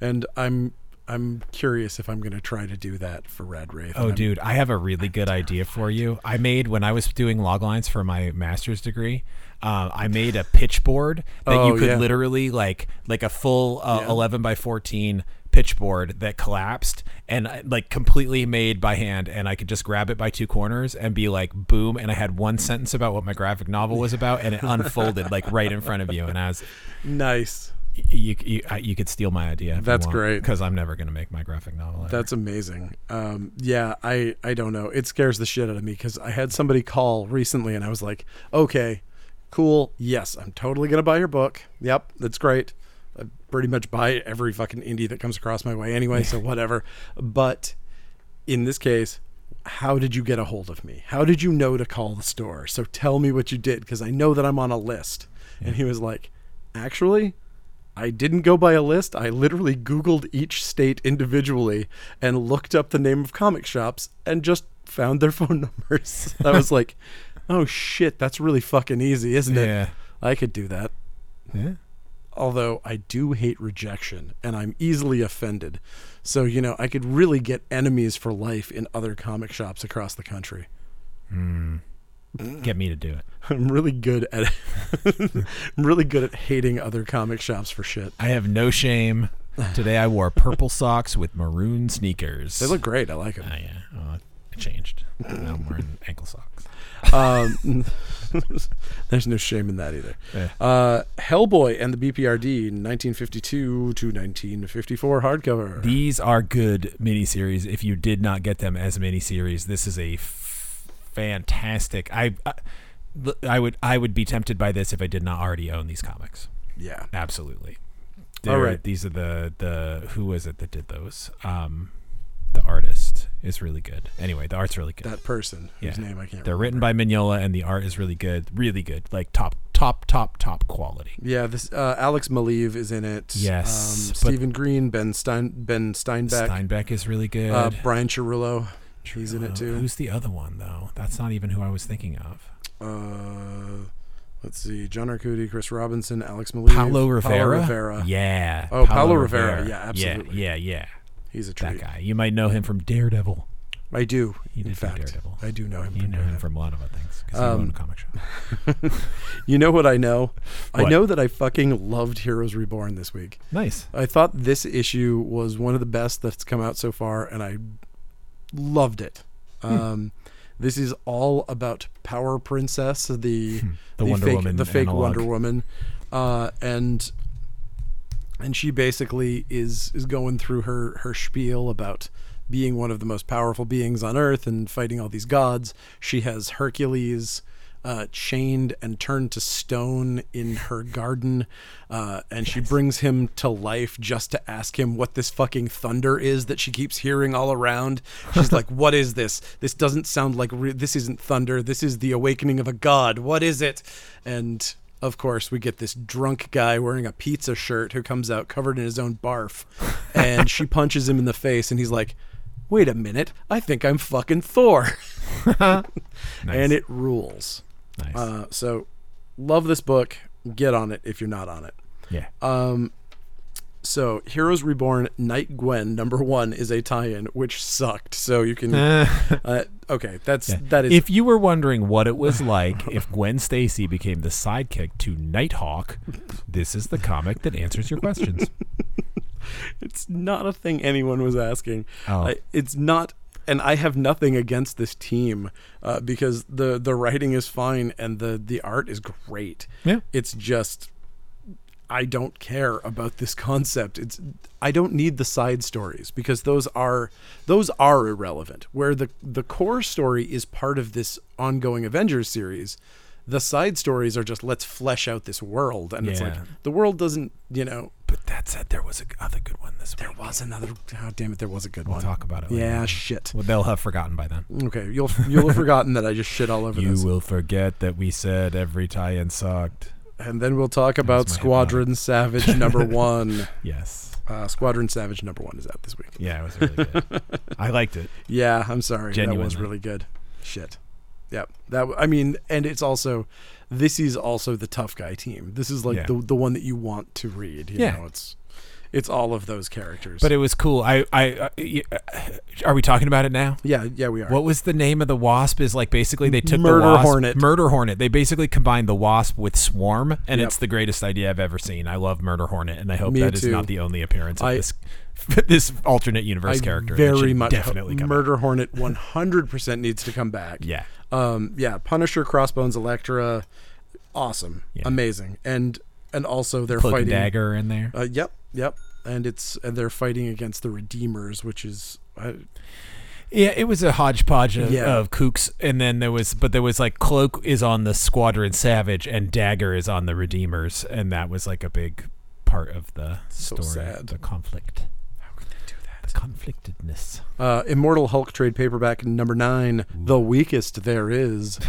Speaker 1: And I'm I'm curious if I'm gonna try to do that for Rad Wraith.
Speaker 2: Oh, dude, I have a really good idea for you. I made when I was doing log lines for my master's degree. Uh, I made a pitch board that
Speaker 1: Oh,
Speaker 2: you could
Speaker 1: yeah.
Speaker 2: literally like like a full uh,
Speaker 1: Yeah.
Speaker 2: eleven by fourteen pitch board that collapsed and uh, like completely made by hand, and I could just grab it by two corners and be like boom, and I had one sentence about what my graphic novel was about, and it unfolded like right in front of you, and I was
Speaker 1: Nice.
Speaker 2: you you, I, you could steal my idea.
Speaker 1: That's great.
Speaker 2: Because I'm never gonna make my graphic novel. ever.
Speaker 1: That's amazing. Um, yeah, I, I don't know. It scares the shit out of me because I had somebody call recently and I was like, okay, cool. Yes, I'm totally going to buy your book. Yep, that's great. I pretty much buy every fucking indie that comes across my way anyway, so whatever. But in this case, how did you get a hold of me? How did you know to call the store? So tell me what you did because I know that I'm on a list. And he was like, actually, I didn't go by a list. I literally Googled each state individually and looked up the name of comic shops and just found their phone numbers. I was like, oh shit, that's really fucking easy, isn't it?
Speaker 2: Yeah.
Speaker 1: I could do that.
Speaker 2: yeah.
Speaker 1: although I do hate rejection and I'm easily offended. So, you know, I could really get enemies for life in other comic shops across the country. Mm.
Speaker 2: Get me to do it.
Speaker 1: I'm really good at I'm really good at hating other comic shops for shit.
Speaker 2: I have no shame. Today I wore purple socks with maroon sneakers.
Speaker 1: They look great. I like them.
Speaker 2: Ah, yeah. Well, I changed. now I'm wearing ankle socks.
Speaker 1: Um, there's no shame in that either.
Speaker 2: Yeah.
Speaker 1: Uh, Hellboy and the BPRD, 1952 to 1954 hardcover.
Speaker 2: These are good miniseries. If you did not get them as miniseries, this is a f- fantastic. I, I, I would I would be tempted by this if I did not already own these comics.
Speaker 1: yeah.
Speaker 2: Absolutely.
Speaker 1: All
Speaker 2: They're-
Speaker 1: right.
Speaker 2: These are the the who was it that did those? Um, the artist is really good. Anyway, the art's really good.
Speaker 1: That person whose
Speaker 2: Yeah.
Speaker 1: name I can't remember.
Speaker 2: They're written by Mignola, and the art is really good. Really good. Like top top top top quality.
Speaker 1: Yeah, this uh, Alex Maleev is in it. um,
Speaker 2: Yes, but-
Speaker 1: Stephen Green, Ben Stein, Ben Steinbeck,
Speaker 2: Steinbeck is really good.
Speaker 1: uh, Brian Cirillo. He's in
Speaker 2: Uh,
Speaker 1: it too.
Speaker 2: Who's the other one though? That's not even who I was thinking of.
Speaker 1: Uh, let's see, John Arcudi, Chris Robinson, Alex Maleev,
Speaker 2: Paulo Rivera.
Speaker 1: Paulo Rivera.
Speaker 2: Yeah.
Speaker 1: Oh, Paulo Rivera. Yeah, absolutely.
Speaker 2: Yeah, yeah,
Speaker 1: He's a
Speaker 2: That
Speaker 1: treat.
Speaker 2: guy. You might know him from Daredevil.
Speaker 1: I do, in
Speaker 2: You did do
Speaker 1: fact,
Speaker 2: Daredevil.
Speaker 1: I do know him.
Speaker 2: You
Speaker 1: from
Speaker 2: know him
Speaker 1: Daredevil.
Speaker 2: from a lot of other things because
Speaker 1: Um,
Speaker 2: he owned a comic shop.
Speaker 1: You know what I know? I
Speaker 2: What?
Speaker 1: know that I fucking loved Heroes Reborn this week.
Speaker 2: Nice.
Speaker 1: I thought this issue was one of the best that's come out so far, and I loved it.
Speaker 2: Hmm.
Speaker 1: Um, this is all about Power Princess, the
Speaker 2: Hmm. The Wonder
Speaker 1: fake,
Speaker 2: Woman
Speaker 1: the fake
Speaker 2: analog.
Speaker 1: Wonder Woman, uh, and and she basically is is going through her her spiel about being one of the most powerful beings on Earth and fighting all these gods. She has Hercules. Uh, chained and turned to stone in her garden, uh, and she brings him to life just to ask him what this fucking thunder is that she keeps hearing all around. She's like, "What is this? This doesn't sound like re- this isn't thunder. This is the awakening of a god. What is it?" And of course, we get this drunk guy wearing a pizza shirt who comes out covered in his own barf, and she punches him in the face, and he's like, "Wait a minute, I think I'm fucking Thor," and it rules.
Speaker 2: Nice.
Speaker 1: Uh, so, love this book. Get on it if you're not on it.
Speaker 2: yeah.
Speaker 1: So, Heroes Reborn Night Gwen number one is a tie-in, which sucked. So you can, uh, okay, that's that is
Speaker 2: if you were wondering what it was like if Gwen Stacy became the sidekick to Nighthawk, this is the comic that answers your questions.
Speaker 1: it's not a thing anyone was asking.
Speaker 2: Oh.
Speaker 1: I- it's not, and I have nothing against this team uh, because the the writing is fine and the the art is great.
Speaker 2: Yeah.
Speaker 1: it's just I don't care about this concept. It's I don't need the side stories because those are those are irrelevant. Where the the core story is part of this ongoing Avengers series, the side stories are just let's flesh out this world, and it's like
Speaker 2: Yeah.
Speaker 1: the world doesn't you know
Speaker 2: But that said, there was another good one this week.
Speaker 1: there was another. Oh, damn it! There was a good one.
Speaker 2: Talk about it. later.
Speaker 1: Yeah, shit.
Speaker 2: Well, they'll have forgotten by then.
Speaker 1: Okay, you'll you'll have forgotten that I just shit all over
Speaker 2: You
Speaker 1: this,
Speaker 2: will forget that we said every tie-in sucked.
Speaker 1: and then we'll talk about
Speaker 2: my
Speaker 1: Squadron Savage Number One.
Speaker 2: Yes.
Speaker 1: Uh, Squadron Savage Number One is out this week.
Speaker 2: Yeah, it was really good. I liked it.
Speaker 1: Yeah, I'm sorry. That was
Speaker 2: Genuinely.
Speaker 1: really good. Shit. Yep. That I mean, and it's also this is also the tough guy team. This is like
Speaker 2: Yeah.
Speaker 1: the the one that you want to read. You
Speaker 2: Yeah.
Speaker 1: know, it's it's all of those characters.
Speaker 2: But it was cool. I, I, I are we talking about it now?
Speaker 1: yeah, yeah, we are.
Speaker 2: What was the name of the wasp? Is like basically they took
Speaker 1: Murder
Speaker 2: the wasp,
Speaker 1: Hornet.
Speaker 2: Murder Hornet. They basically combined the wasp with swarm,
Speaker 1: Yep.
Speaker 2: and it's the greatest idea I've ever seen. I love Murder Hornet, and I hope
Speaker 1: Me
Speaker 2: that is
Speaker 1: too.
Speaker 2: not the only appearance of
Speaker 1: I-
Speaker 2: this this alternate
Speaker 1: I
Speaker 2: universe character. that
Speaker 1: very
Speaker 2: should
Speaker 1: much
Speaker 2: definitely come
Speaker 1: Murder Hornet 100% needs to come back.
Speaker 2: Out. Yeah,
Speaker 1: Um, yeah, Punisher, Crossbones, Electra, awesome,
Speaker 2: Yeah.
Speaker 1: amazing, and and also they're
Speaker 2: cloak
Speaker 1: fighting.
Speaker 2: and dagger in there.
Speaker 1: Uh, yep, yep, and it's and they're fighting against the Redeemers, which is uh,
Speaker 2: Yeah, it was a hodgepodge of,
Speaker 1: Yeah.
Speaker 2: of kooks, and then there was, but there was like cloak is on the squadron savage, and dagger is on the redeemers, and that was like a big part of the
Speaker 1: So
Speaker 2: story,
Speaker 1: sad.
Speaker 2: the conflict,
Speaker 1: how could they do that?
Speaker 2: the conflictedness.
Speaker 1: Uh, Immortal Hulk trade paperback number nine, the weakest there is.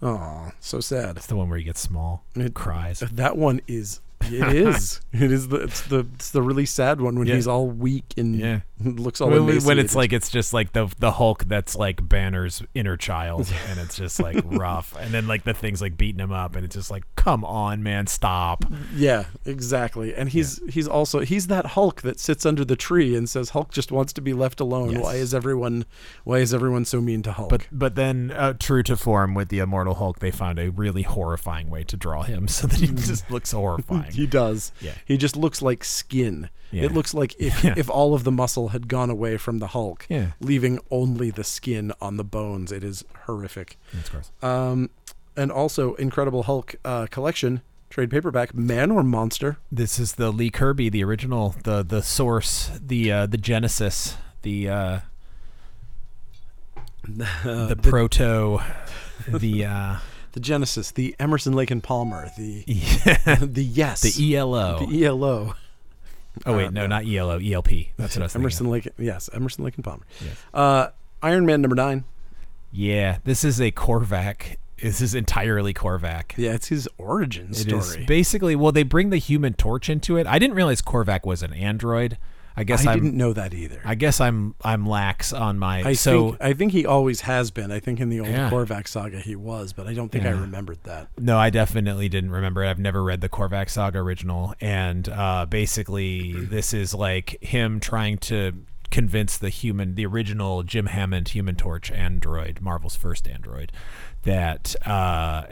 Speaker 1: Oh, so sad.
Speaker 2: It's the one where he gets small,
Speaker 1: It-
Speaker 2: cries.
Speaker 1: That one is. It is. it is the it's the it's the really sad one when
Speaker 2: Yeah.
Speaker 1: he's all weak and
Speaker 2: Yeah.
Speaker 1: It looks all
Speaker 2: when, when it's
Speaker 1: emaciated.
Speaker 2: like it's just like the the Hulk that's like Banner's inner child, and it's just like rough, and then like the things like beating him up, and it's just like, come on, man, stop.
Speaker 1: yeah, exactly. And he's he's also he's that Hulk that sits under the tree and says Hulk just wants to be left alone.
Speaker 2: Yes.
Speaker 1: Why is everyone why is everyone so mean to Hulk?
Speaker 2: But but then, uh, true to form with the Immortal Hulk, they found a really horrifying way to draw him so that he just looks horrifying.
Speaker 1: He does.
Speaker 2: Mm. Yeah.
Speaker 1: He just looks like skin.
Speaker 2: Yeah.
Speaker 1: It looks like if
Speaker 2: Yeah.
Speaker 1: if all of the muscle had gone away from the Hulk,
Speaker 2: Yeah.
Speaker 1: leaving only the skin on the bones. It is horrific.
Speaker 2: That's gross.
Speaker 1: Um, and also Incredible Hulk uh, collection trade paperback. Man or monster?
Speaker 2: This is the Lee Kirby, the original, the the source, the uh, the genesis, the uh, the proto, the uh, E
Speaker 1: The Genesis, the Emerson Lake and Palmer, the E the E Yes,
Speaker 2: the ELO.
Speaker 1: the ELO.
Speaker 2: oh wait, no, not ELO, ELP. That's what I was thinking.
Speaker 1: Emerson Lake. Yes, Emerson Lake and Palmer.
Speaker 2: Yes.
Speaker 1: Uh, Iron Man number nine.
Speaker 2: Yeah, this is a Korvac. This is entirely Korvac.
Speaker 1: Yeah, it's his origin
Speaker 2: It
Speaker 1: story.
Speaker 2: is basically well, they bring the Human Torch into it. I didn't realize Korvac was an android. I guess
Speaker 1: I
Speaker 2: am
Speaker 1: didn't know that either.
Speaker 2: I guess I'm I'm lax on my
Speaker 1: I
Speaker 2: so
Speaker 1: think I think he always has been. I think in the old
Speaker 2: Yeah.
Speaker 1: Korvac saga he was, but I don't think I remembered that.
Speaker 2: No, I definitely didn't remember it. I've never read the Korvac Saga original, and uh, basically, this is like him trying to convince the human, the original Jim Hammond Human Torch android, Marvel's first android, that uh,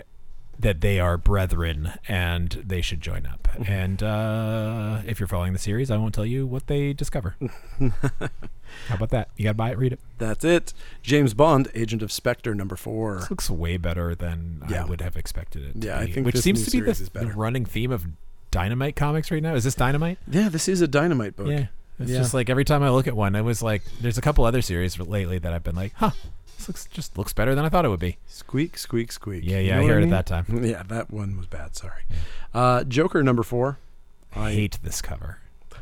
Speaker 2: that they are brethren and they should join up. And uh, if you're following the series, I won't tell you what they discover. How about that? You gotta buy it, read it.
Speaker 1: That's it. James Bond, Agent of Spectre, number four.
Speaker 2: This looks way better than
Speaker 1: Yeah.
Speaker 2: I would have expected it. to
Speaker 1: Yeah, I
Speaker 2: be,
Speaker 1: think
Speaker 2: which
Speaker 1: this
Speaker 2: seems
Speaker 1: new
Speaker 2: to be
Speaker 1: series
Speaker 2: the,
Speaker 1: is
Speaker 2: the
Speaker 1: better.
Speaker 2: running theme of Dynamite comics right now. Is this Dynamite?
Speaker 1: Yeah, this is a dynamite book.
Speaker 2: Yeah, it's
Speaker 1: Yeah.
Speaker 2: just like every time I look at one, I was like, there's a couple other series lately that I've been like, huh, this looks just looks better than I thought it would be.
Speaker 1: Squeak, squeak, squeak.
Speaker 2: Yeah,
Speaker 1: You
Speaker 2: yeah,
Speaker 1: know
Speaker 2: I
Speaker 1: what
Speaker 2: heard it
Speaker 1: mean?
Speaker 2: that time.
Speaker 1: Yeah, that one was bad. Sorry. Uh, Joker number four.
Speaker 2: I hate this cover.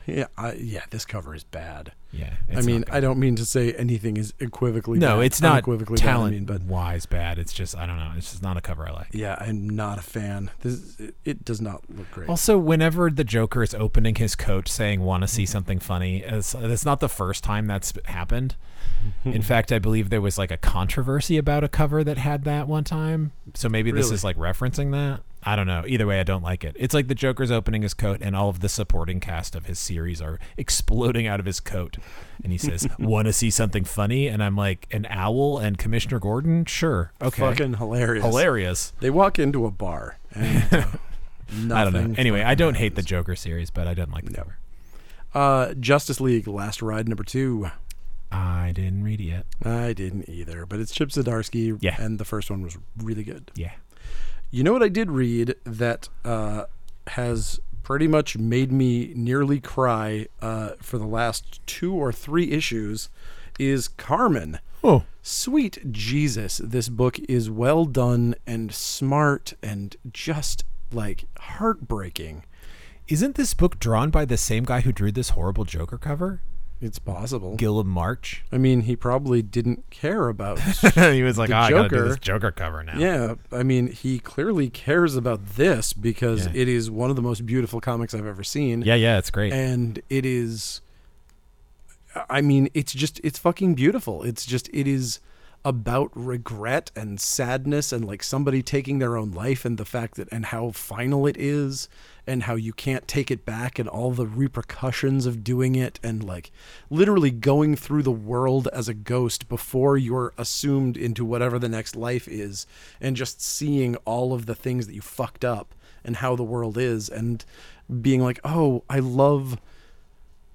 Speaker 1: Yeah, I, yeah. This cover is bad.
Speaker 2: Yeah,
Speaker 1: I mean, I don't mean to say anything is equivocally.
Speaker 2: no,
Speaker 1: bad,
Speaker 2: it's not
Speaker 1: unequivocally
Speaker 2: talent
Speaker 1: Bad, I mean, but
Speaker 2: wise bad. It's just I don't know. It's just not a cover I like.
Speaker 1: yeah, I'm not a fan. This it, it does not look great.
Speaker 2: Also, whenever the Joker is opening his coat saying "Want to see
Speaker 1: Mm-hmm.
Speaker 2: something funny," it's, that's not the first time that's happened.
Speaker 1: Mm-hmm.
Speaker 2: In fact, I believe there was like a controversy about a cover that had that one time. So maybe this
Speaker 1: Really?
Speaker 2: is like referencing that. I don't know. Either way, I don't like it. It's like the Joker's opening his coat, and all of the supporting cast of his series are exploding out of his coat. And he says, "Want to see something funny?" And I'm like, "An owl and Commissioner Gordon? Sure, okay,
Speaker 1: Fucking hilarious.
Speaker 2: hilarious."
Speaker 1: They walk into a bar and uh, nothing.
Speaker 2: I don't know. Anyway, I don't hate the Joker series, but I don't like the cover.
Speaker 1: Uh, Justice League Last Ride number two.
Speaker 2: I didn't read it yet.
Speaker 1: I didn't either, but it's Chip Zdarsky.
Speaker 2: Yeah.
Speaker 1: And the first one was really good.
Speaker 2: Yeah.
Speaker 1: You know what I did read that uh, has pretty much made me nearly cry uh, for the last two or three issues is Carmen.
Speaker 2: Oh.
Speaker 1: Sweet Jesus, this book is well done and smart and just like heartbreaking.
Speaker 2: Isn't this book drawn by the same guy who drew this horrible Joker cover?
Speaker 1: It's possible.
Speaker 2: Gillum March?
Speaker 1: I mean, he probably didn't care about.
Speaker 2: he was like,
Speaker 1: The "Ah, I gotta do Joker- this
Speaker 2: Joker cover now.
Speaker 1: yeah, I mean, he clearly cares about this because
Speaker 2: Yeah.
Speaker 1: it is one of the most beautiful comics I've ever seen.
Speaker 2: Yeah, yeah, it's great.
Speaker 1: And it is. I mean, it's just, it's fucking beautiful. It's just, it is about regret and sadness and like somebody taking their own life and the fact that, and how final it is and how you can't take it back and all the repercussions of doing it and like literally going through the world as a ghost before you're assumed into whatever the next life is and just seeing all of the things that you fucked up and how the world is and being like oh i love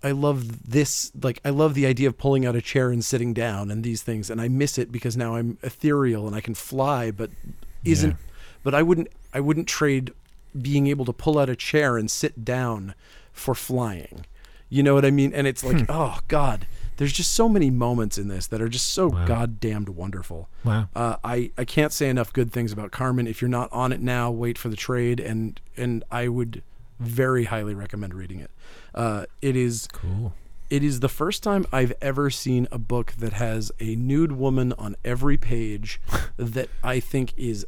Speaker 1: i love this like i love the idea of pulling out a chair and sitting down and these things and i miss it because now i'm ethereal and i can fly but isn't
Speaker 2: Yeah.
Speaker 1: but i wouldn't i wouldn't trade being able to pull out a chair and sit down for flying you know what i mean and it's like oh god there's just so many moments in this that are just so goddamned wonderful
Speaker 2: Wow.
Speaker 1: uh, I, I can't say enough good things about Carmen. If you're not on it now, wait for the trade, and and I would very highly recommend reading it. Uh, it is
Speaker 2: Cool.
Speaker 1: it is the first time I've ever seen a book that has a nude woman on every page that I think is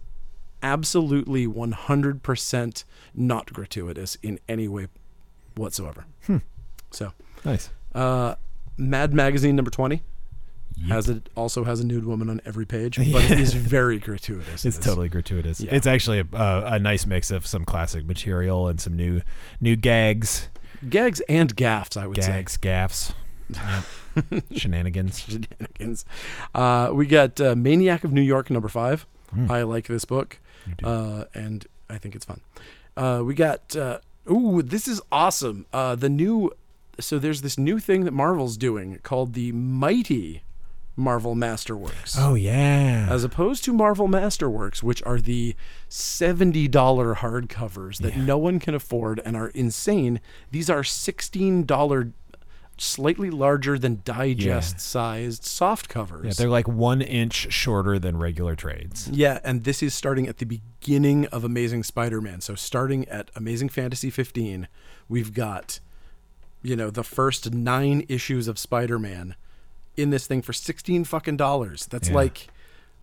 Speaker 1: absolutely 100% not
Speaker 2: Hmm.
Speaker 1: gratuitous in any way whatsoever. So
Speaker 2: Nice.
Speaker 1: uh, Mad Magazine number 20
Speaker 2: Yep.
Speaker 1: has it also has a nude woman on every page, but it is very gratuitous. in
Speaker 2: It's
Speaker 1: this.
Speaker 2: totally gratuitous.
Speaker 1: Yeah.
Speaker 2: It's actually a, a, a nice mix of some classic material and some new new gags,
Speaker 1: gags and gaffs, I would say.
Speaker 2: gags, gaffs, Yep. shenanigans.
Speaker 1: shenanigans. Uh, we got uh, Maniac of New York number five.
Speaker 2: Hmm.
Speaker 1: I like this book, uh, and I think it's fun. Uh, we got uh, ooh, this is awesome. Uh, the new so there's this new thing that Marvel's doing called the Mighty Marvel Masterworks.
Speaker 2: Oh yeah.
Speaker 1: As opposed to Marvel Masterworks, which are the $70 hardcovers that no one can afford and are insane, these are $16, slightly larger than digest sized soft
Speaker 2: yeah,
Speaker 1: covers.
Speaker 2: they're like one inch shorter than regular trades.
Speaker 1: Yeah, and this is starting at the beginning of Amazing Spider-Man. So starting at Amazing Fantasy 15, we've got you know, the first 9 issues of Spider-Man in this thing for 16 fucking dollars. That's
Speaker 2: Yeah.
Speaker 1: like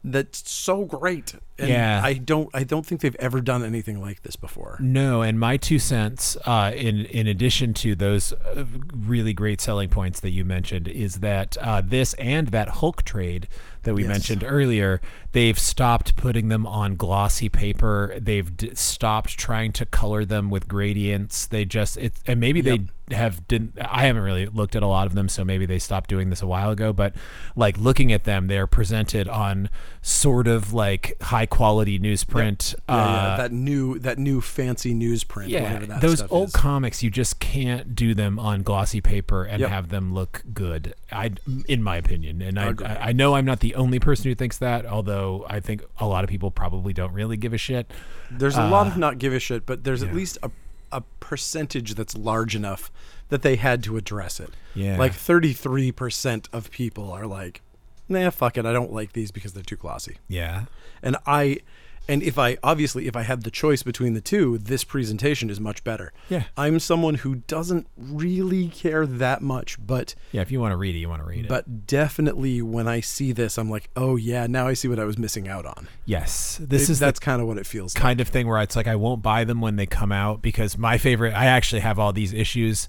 Speaker 1: that's so great. And
Speaker 2: Yeah.
Speaker 1: I don't I don't think they've ever done anything like this before.
Speaker 2: No, and my two cents, uh, in in addition to those uh, really great selling points that you mentioned, is that uh, this and that Hulk trade that we
Speaker 1: Yes.
Speaker 2: mentioned earlier, they've stopped putting them on glossy paper. They've d- stopped trying to color them with gradients. They just it, and maybe they have didn't. I haven't really looked at a lot of them, so maybe they stopped doing this a while ago. But like looking at them, they're presented on sort of like high quality newsprint.
Speaker 1: Yeah,
Speaker 2: uh,
Speaker 1: yeah, that new that new fancy newsprint whatever that
Speaker 2: those
Speaker 1: stuff
Speaker 2: old
Speaker 1: is.
Speaker 2: comics you just can't do them on glossy paper and
Speaker 1: Yep.
Speaker 2: have them look good. I, in my opinion, and I,
Speaker 1: Agreed.
Speaker 2: I, I know I'm not the only person who thinks that. Although I think a lot of people probably don't really give a shit.
Speaker 1: There's a lot of not give a shit, but there's at least a a percentage that's large enough that they had to address it.
Speaker 2: Yeah.
Speaker 1: Like 33% of people are like, "Nah, fuck it. I don't like these because they're too glossy."
Speaker 2: Yeah,
Speaker 1: And I and if I obviously if I had the choice between the two, this presentation is much better.
Speaker 2: Yeah.
Speaker 1: I'm someone who doesn't really care that much, but
Speaker 2: yeah. If you want to read it, you want to read it.
Speaker 1: but definitely when I see this, I'm like, "Oh yeah, now I see what I was missing out on."
Speaker 2: yes, this
Speaker 1: It-
Speaker 2: is the
Speaker 1: that's kind of what it feels like.
Speaker 2: kind of thing where it's like I won't buy them when they come out because my favorite I actually have all these issues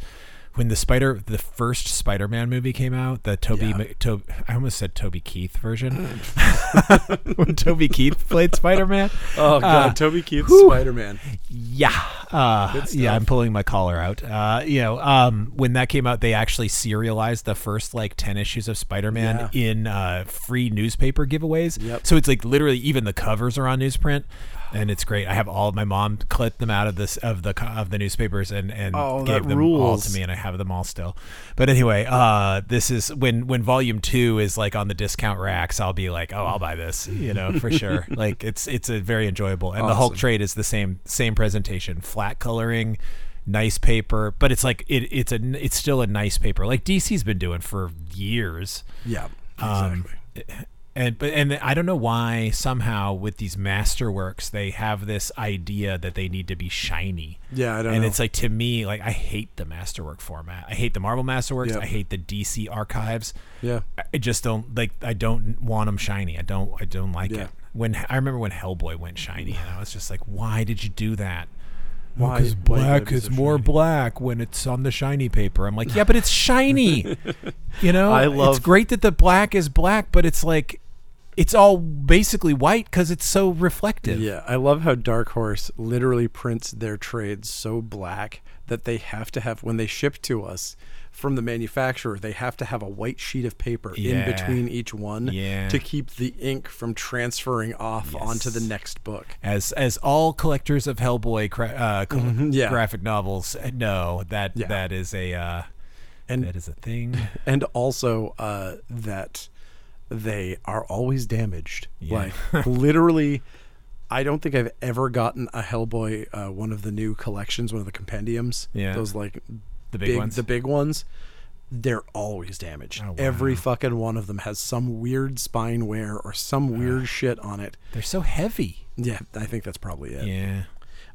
Speaker 2: when the spider the first Spider-Man movie came out the Toby,
Speaker 1: Yeah.
Speaker 2: Toby I almost said Toby Keith version when Toby Keith played Spider-Man
Speaker 1: Oh god,
Speaker 2: Uh,
Speaker 1: Toby Keith's
Speaker 2: whew.
Speaker 1: Spider-Man.
Speaker 2: yeah uh,
Speaker 1: Good
Speaker 2: yeah
Speaker 1: stuff.
Speaker 2: I'm pulling my collar out uh, you know um, when that came out they actually serialized the first like 10 issues of Spider-Man in uh, free newspaper giveaways
Speaker 1: Yep.
Speaker 2: so it's like literally even the covers are on newsprint and it's great I have all my mom clipped them out of this of the co- of the newspapers and and
Speaker 1: Oh,
Speaker 2: gave
Speaker 1: that
Speaker 2: them all to
Speaker 1: rules.
Speaker 2: me and I have them all still but anyway uh, this is when when volume 2 is like on the discount racks I'll be like oh I'll buy this you know for sure like it's it's a very enjoyable and the Hulk
Speaker 1: Awesome.
Speaker 2: trade is the same same presentation flat coloring nice paper but it's like it, it's a n- it's still a nice paper like DC's been doing for years
Speaker 1: Yeah,
Speaker 2: Um,
Speaker 1: exactly.
Speaker 2: and but and I don't know why somehow with these masterworks they have this idea that they need to be shiny
Speaker 1: yeah, I don't
Speaker 2: and
Speaker 1: know.
Speaker 2: it's like to me like I hate the masterwork format I hate the Marvel masterworks
Speaker 1: Yep.
Speaker 2: I hate the DC archives
Speaker 1: yeah,
Speaker 2: I- I just don't like. I don't want them shiny. I don't. I don't like
Speaker 1: Yeah.
Speaker 2: it. When I remember when Hellboy went shiny, and I was just like, "Why did you do that?"
Speaker 1: Why- why did it so shiny?
Speaker 2: black when it's on the shiny paper. I'm like, "Yeah, but it's shiny." you know,
Speaker 1: I
Speaker 2: It's
Speaker 1: love-
Speaker 2: great that the black is black, but it's like, it's all basically white because it's so reflective.
Speaker 1: yeah. I love how Dark Horse literally prints their trades so black that they have to have when they ship to us from the manufacturer, they have to have a white sheet of paper
Speaker 2: Yeah.
Speaker 1: in between each one
Speaker 2: Yeah.
Speaker 1: to keep the ink from transferring off onto the next book.
Speaker 2: As as all collectors of Hellboy cra- uh, co-
Speaker 1: Mm-hmm, yeah.
Speaker 2: graphic novels uh, know that that is a uh,
Speaker 1: And-
Speaker 2: that is a thing.
Speaker 1: and also uh, that they are always damaged.
Speaker 2: Yeah.
Speaker 1: Like literally, I don't think I've ever gotten a Hellboy uh, one of the new collections, one of the compendiums.
Speaker 2: Yeah.
Speaker 1: those like
Speaker 2: The big ones?
Speaker 1: the big ones. They're always damaged.
Speaker 2: Oh, wow.
Speaker 1: Every fucking one of them has some weird spine wear or some weird shit on it.
Speaker 2: They're so heavy.
Speaker 1: Yeah, I think that's probably it.
Speaker 2: Yeah.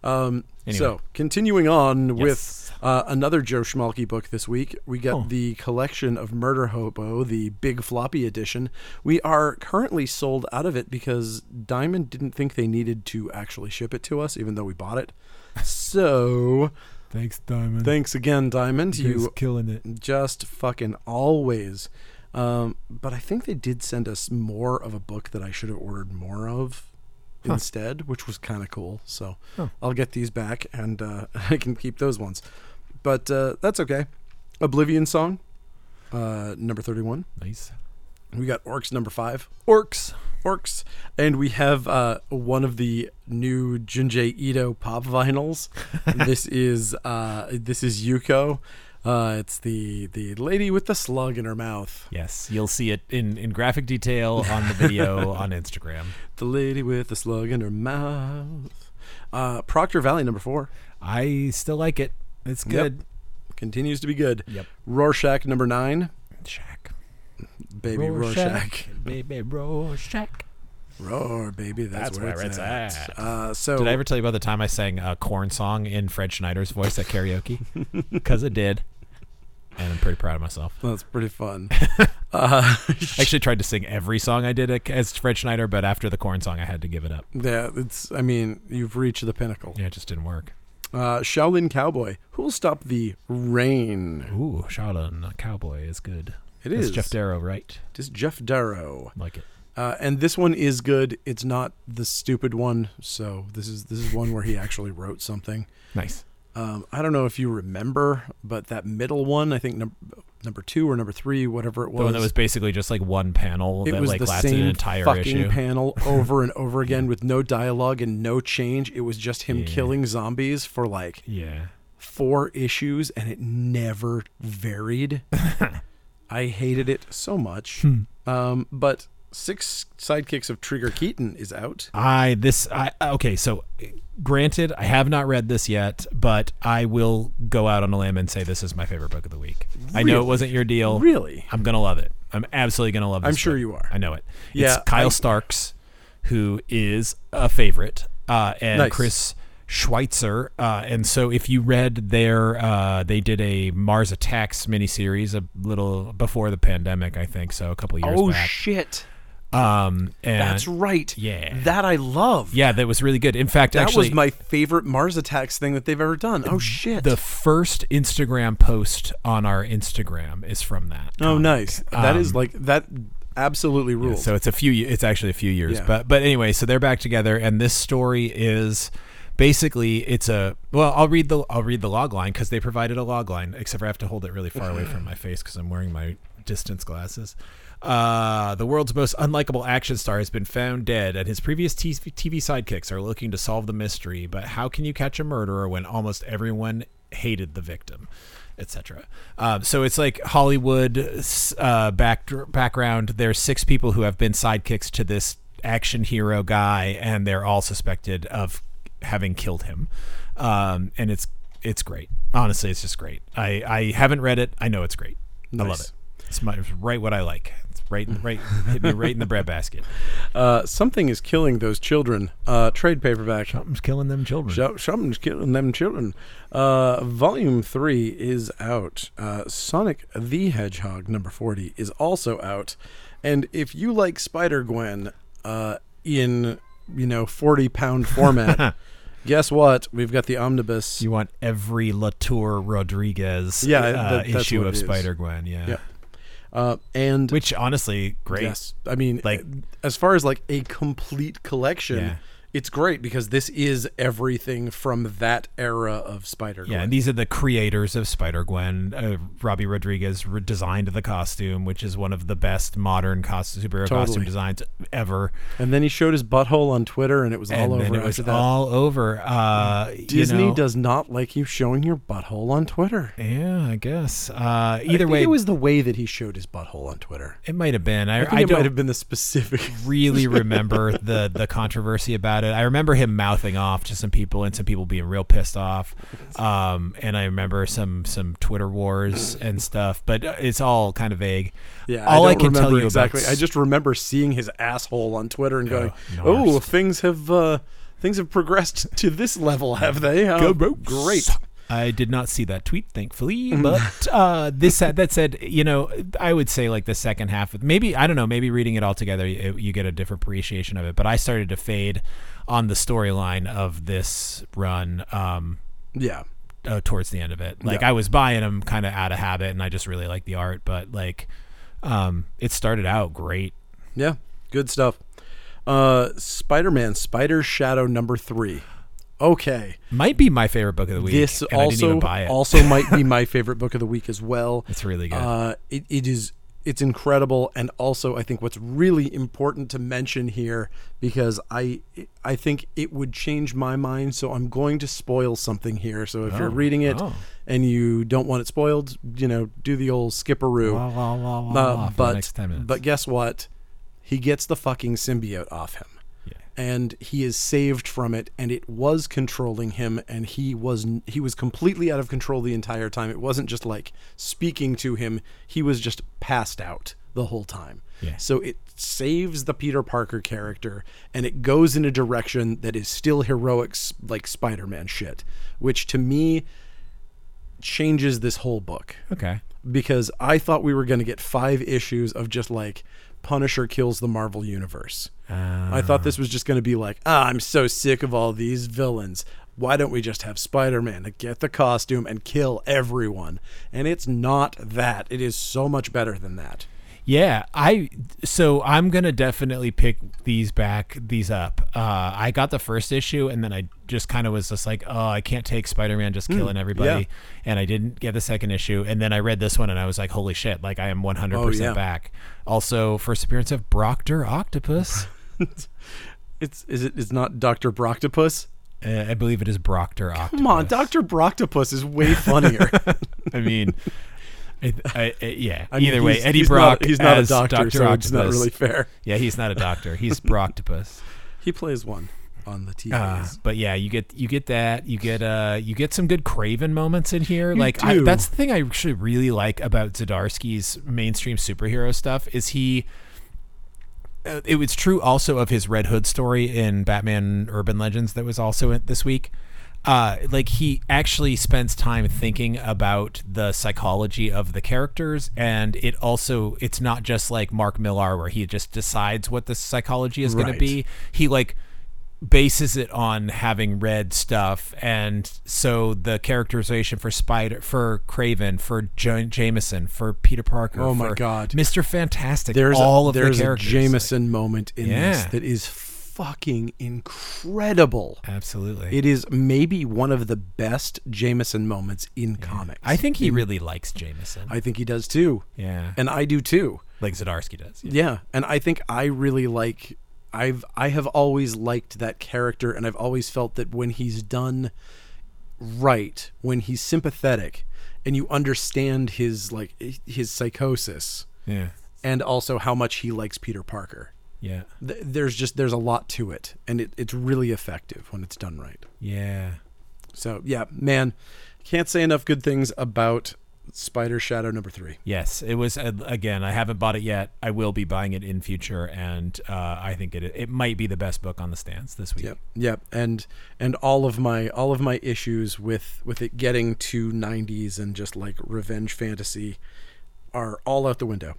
Speaker 1: Um,
Speaker 2: Anyway.
Speaker 1: So, continuing on
Speaker 2: Yes.
Speaker 1: with uh, another Joe Schmalky book this week, we got
Speaker 2: Oh.
Speaker 1: the collection of Murder Hobo, the big floppy edition. We are currently sold out of it because Diamond didn't think they needed to actually ship it to us, even though we bought it. So,
Speaker 3: Thanks, Diamond.
Speaker 1: Thanks again, Diamond.
Speaker 3: He's
Speaker 1: You
Speaker 3: killing it.
Speaker 1: just fucking always. Um, but I think they did send us more of a book that I should have ordered more of
Speaker 2: Huh.
Speaker 1: instead, which was kind of cool. So
Speaker 2: Huh.
Speaker 1: I'll get these back and uh, I can keep those ones. But uh, that's okay. Oblivion Song, uh, number 31.
Speaker 2: Nice.
Speaker 1: We got Orcs number 5
Speaker 2: Orcs.
Speaker 1: orcs and we have uh, one of the new junjei ito pop vinyls this is uh, this is yuko uh, it's the the lady with the slug in her mouth
Speaker 2: Yes, you'll see it in, in graphic detail on the video on Instagram.
Speaker 1: the lady with the slug in her mouth uh, proctor valley number four
Speaker 2: I still like it. It's
Speaker 1: Yep.
Speaker 2: good.
Speaker 1: continues to be good
Speaker 2: Yep.
Speaker 1: rorschach number nine
Speaker 2: Shack.
Speaker 1: baby rorschach,
Speaker 2: Baby Rorschach.
Speaker 1: roar baby that's,
Speaker 2: That's
Speaker 1: where,
Speaker 2: where
Speaker 1: it's,
Speaker 2: it's
Speaker 1: at,
Speaker 2: at.
Speaker 1: Uh, so
Speaker 2: Did I ever tell you about the time I sang a corn song in Fred Schneider's voice at karaoke? Because it did. And I'm pretty proud of myself.
Speaker 1: that's pretty fun
Speaker 2: I actually tried to sing every song I did ac- as Fred Schneider, but after the corn song, I had to give it up.
Speaker 1: yeah it's i mean you've reached the pinnacle
Speaker 2: Yeah, it just didn't work.
Speaker 1: Uh, Shaolin Cowboy. Who will stop the rain?
Speaker 2: Ooh, Shaolin Cowboy is good.
Speaker 1: It
Speaker 2: That's
Speaker 1: is
Speaker 2: Jeff Darrow, right?
Speaker 1: Just Jeff Darrow.
Speaker 2: Like it.
Speaker 1: Uh, and this one is good. It's not the stupid one. So this is this is one where he actually wrote something.
Speaker 2: Nice.
Speaker 1: Um, I don't know if you remember, but that middle one, I think num- number two or number three, whatever it was.
Speaker 2: the one that was basically just like one panel
Speaker 1: it
Speaker 2: that
Speaker 1: was
Speaker 2: like
Speaker 1: the
Speaker 2: lasted
Speaker 1: same
Speaker 2: an entire
Speaker 1: fucking
Speaker 2: issue.
Speaker 1: panel over and over again with no dialogue and no change. It was just him
Speaker 2: Yeah.
Speaker 1: killing zombies for like
Speaker 2: yeah.
Speaker 1: four issues and it never varied. I hated it so much.
Speaker 2: Hmm.
Speaker 1: Um, but six sidekicks of Trigger Keaton is out.
Speaker 2: I this I okay, so granted I have not read this yet, but I will go out on a limb and say this is my favorite book of the week. I know it
Speaker 1: Really?
Speaker 2: wasn't your deal.
Speaker 1: Really?
Speaker 2: I'm gonna love it. I'm absolutely gonna love. This
Speaker 1: I'm sure
Speaker 2: book.
Speaker 1: you are.
Speaker 2: I know it.
Speaker 1: Yeah,
Speaker 2: it's Kyle
Speaker 1: I-
Speaker 2: Starks, who is a favorite, uh, and
Speaker 1: Nice.
Speaker 2: Chris Schweitzer. Uh, and so, if you read their, uh, they did a Mars Attacks miniseries a little before the pandemic, I think. So a couple years back.
Speaker 1: Oh, shit!
Speaker 2: um, and
Speaker 1: That's right.
Speaker 2: yeah.
Speaker 1: that I love.
Speaker 2: yeah, that was really good. In fact,
Speaker 1: that
Speaker 2: actually,
Speaker 1: was my favorite Mars Attacks thing that they've ever done. Oh shit!
Speaker 2: the first Instagram post on our Instagram is from that.
Speaker 1: oh
Speaker 2: comic.
Speaker 1: nice. that is
Speaker 2: Um,
Speaker 1: like that. Absolutely
Speaker 2: Yeah,
Speaker 1: rules.
Speaker 2: so it's a few. ye- It's actually a few years,
Speaker 1: Yeah.
Speaker 2: but but anyway, so they're back together, and this story is basically it's a well. I'll read the I'll read the log line because they provided a log line, except for I have to hold it really far away from my face because I'm wearing my distance glasses. Uh, the world's most unlikable action star has been found dead, and his previous TV, TV sidekicks are looking to solve the mystery. But how can you catch a murderer when almost everyone hated the victim? etc. Um, so it's like Hollywood s- uh, back, background. There's six people who have been sidekicks to this action hero guy, and they're all suspected of having killed him. Um, and it's it's great. Honestly, it's just great. I, I haven't read it. I know it's great. I love
Speaker 1: Nice.
Speaker 2: it. It's, my, it's right what I like. It's right right hit me right in the breadbasket.
Speaker 1: uh, something is killing those children. Uh, trade paperback.
Speaker 2: Something's killing them children.
Speaker 1: Show, something's killing them children. Uh, volume three is out. Uh, Sonic the Hedgehog number forty is also out. And if you like Spider Gwen uh, in you know forty pound format, guess what? We've got the omnibus.
Speaker 2: You want every Latour Rodriguez
Speaker 1: Yeah,
Speaker 2: uh,
Speaker 1: that- that's
Speaker 2: issue
Speaker 1: what
Speaker 2: of
Speaker 1: it is.
Speaker 2: Spider Gwen, yeah.
Speaker 1: Yeah. Uh, and
Speaker 2: Which honestly, great.
Speaker 1: yes, I mean,
Speaker 2: Like-
Speaker 1: like as far as like a complete collection.
Speaker 2: Yeah.
Speaker 1: It's great because this is everything from that era of Spider Gwen.
Speaker 2: Yeah, and these are the creators of Spider Gwen. Uh, Robbie Rodriguez re- designed the costume, which is one of the best modern costume, superhero costume
Speaker 1: Totally.
Speaker 2: designs ever.
Speaker 1: And then he showed his butthole on Twitter, and it was
Speaker 2: and
Speaker 1: all
Speaker 2: then
Speaker 1: over
Speaker 2: it was
Speaker 1: after that.
Speaker 2: all over. Uh, you
Speaker 1: Disney
Speaker 2: know-
Speaker 1: does not like you showing your butthole on Twitter.
Speaker 2: Yeah, I guess. Uh, either way,
Speaker 1: it
Speaker 2: it,
Speaker 1: was the way that he showed his butthole on Twitter.
Speaker 2: might have been.
Speaker 1: I
Speaker 2: I, I,
Speaker 1: think it might
Speaker 2: don't
Speaker 1: have been the specific.
Speaker 2: really remember the the controversy about it. I remember him mouthing off to some people and some people being real pissed off. Um, and I remember some some Twitter wars and stuff, but it's all kind of vague.
Speaker 1: Yeah,
Speaker 2: all
Speaker 1: I,
Speaker 2: I,
Speaker 1: don't
Speaker 2: can tell
Speaker 1: remember
Speaker 2: you
Speaker 1: exactly.
Speaker 2: about
Speaker 1: I just remember seeing his asshole on Twitter and going,
Speaker 2: no,
Speaker 1: "Oh,
Speaker 2: I'm-
Speaker 1: things have uh, things have progressed to this level, have they? Oh, Great.
Speaker 2: I did not see that tweet, thankfully.
Speaker 1: Mm.
Speaker 2: But uh, this said- that said, you know, I would say like the second half, of- maybe I don't know, maybe reading it all together, you, you get a different appreciation of it. But I started to fade on the storyline of this run. Um,
Speaker 1: Yeah,
Speaker 2: uh, towards the end of it. Like I was buying them kind of out of habit, and I just really like the art. But like, um, it started out great.
Speaker 1: Yeah, good stuff. Uh, Spider Man, Spider Shadow number three. Okay,
Speaker 2: Might be my favorite book of the week.
Speaker 1: this
Speaker 2: and I didn't
Speaker 1: also
Speaker 2: even buy it.
Speaker 1: also might be my favorite book of the week as well.
Speaker 2: it's really good.
Speaker 1: Uh, it, it is it's incredible, and also I think what's really important to mention here because I I think it would change my mind. So I'm going to spoil something here. So if you're reading it
Speaker 2: oh.
Speaker 1: and you don't want it spoiled, you know, do the old skipperoo.
Speaker 2: Wah, wah, wah, wah,
Speaker 1: Uh,
Speaker 2: wah for the
Speaker 1: but
Speaker 2: next 10 minutes.
Speaker 1: but guess what? He gets the fucking symbiote off him,
Speaker 2: Yeah.
Speaker 1: and he is saved from it. And it was controlling him, and he was he was completely out of control the entire time. It wasn't just like speaking to him; he was just passed out the whole time.
Speaker 2: Yeah.
Speaker 1: So it saves the Peter Parker character, and it goes in a direction that is still heroic, s- like Spider-Man shit, which to me changes this whole book
Speaker 2: okay.
Speaker 1: because I thought we were going to get five issues of just like Punisher kills the Marvel universe. I thought this was just going to be like, ah, I'm so sick of all these villains. Why don't we just have Spider Man to get the costume and kill everyone? And it's not that. It is so much better than that.
Speaker 2: Yeah, I so I'm gonna definitely pick these back these up. Uh, I got the first issue and then I just kind of was just like, oh, I can't take Spider Man
Speaker 1: Hmm,
Speaker 2: just killing everybody, and I didn't get the second issue. And then I read this one and I was like, holy shit! Like I am 100
Speaker 1: Oh, yeah.
Speaker 2: percent back. Also, first appearance of Proctor Octopus.
Speaker 1: It's is it is not Doctor Broctopus.
Speaker 2: uh, I believe it is Proctor Octopus.
Speaker 1: Come on, Doctor Broctopus is way funnier.
Speaker 2: I mean. I, I, I- yeah.
Speaker 1: I mean,
Speaker 2: Either way,
Speaker 1: he's-
Speaker 2: Eddie
Speaker 1: he's
Speaker 2: Brock.
Speaker 1: Not, he's not a
Speaker 2: as
Speaker 1: doctor,
Speaker 2: Dr.
Speaker 1: so it's not
Speaker 2: Octopus.
Speaker 1: really fair.
Speaker 2: Yeah, he's not a doctor. He's Broctopus.
Speaker 1: He plays one on the TV.
Speaker 2: Uh, but yeah, you get you get that you get uh you get some good Craven moments in here. like I,
Speaker 1: do.
Speaker 2: that's the thing I actually really like about Zdarsky's mainstream superhero stuff is he. uh, It was true also of his Red Hood story in Batman Urban Legends that was also in this week. Uh, like he actually spends time thinking about the psychology of the characters, and it also it's not just like Mark Millar where he just decides what the psychology is going
Speaker 1: Right.
Speaker 2: to be. He like bases it on having read stuff and so the characterization for spider for craven for J- jameson for peter parker
Speaker 1: Oh my
Speaker 2: for
Speaker 1: God.
Speaker 2: mr fantastic
Speaker 1: there's
Speaker 2: all
Speaker 1: a,
Speaker 2: of
Speaker 1: there's
Speaker 2: the characters
Speaker 1: a Jameson moment in this
Speaker 2: Yeah.
Speaker 1: that is fucking incredible.
Speaker 2: Like, absolutely
Speaker 1: It is maybe one of the best Jameson moments in comics.
Speaker 2: i think he really likes jameson
Speaker 1: I think he does too,
Speaker 2: yeah
Speaker 1: and I do too.
Speaker 2: like zadarsky does yeah.
Speaker 1: Yeah, and I think I really like I've I have always liked that character and I've always felt that when he's done right, when he's sympathetic and you understand his like his psychosis
Speaker 2: yeah
Speaker 1: and also how much he likes Peter Parker.
Speaker 2: yeah
Speaker 1: th- there's just there's a lot to it and it, it's really effective when it's done right
Speaker 2: yeah
Speaker 1: so yeah man can't say enough good things about spider shadow number three
Speaker 2: yes it was uh, again i haven't bought it yet i will be buying it in future and uh, i think it it might be the best book on the stands this week
Speaker 1: yep yep and and all of my all of my issues with with it getting to 90s and just like revenge fantasy are all out the window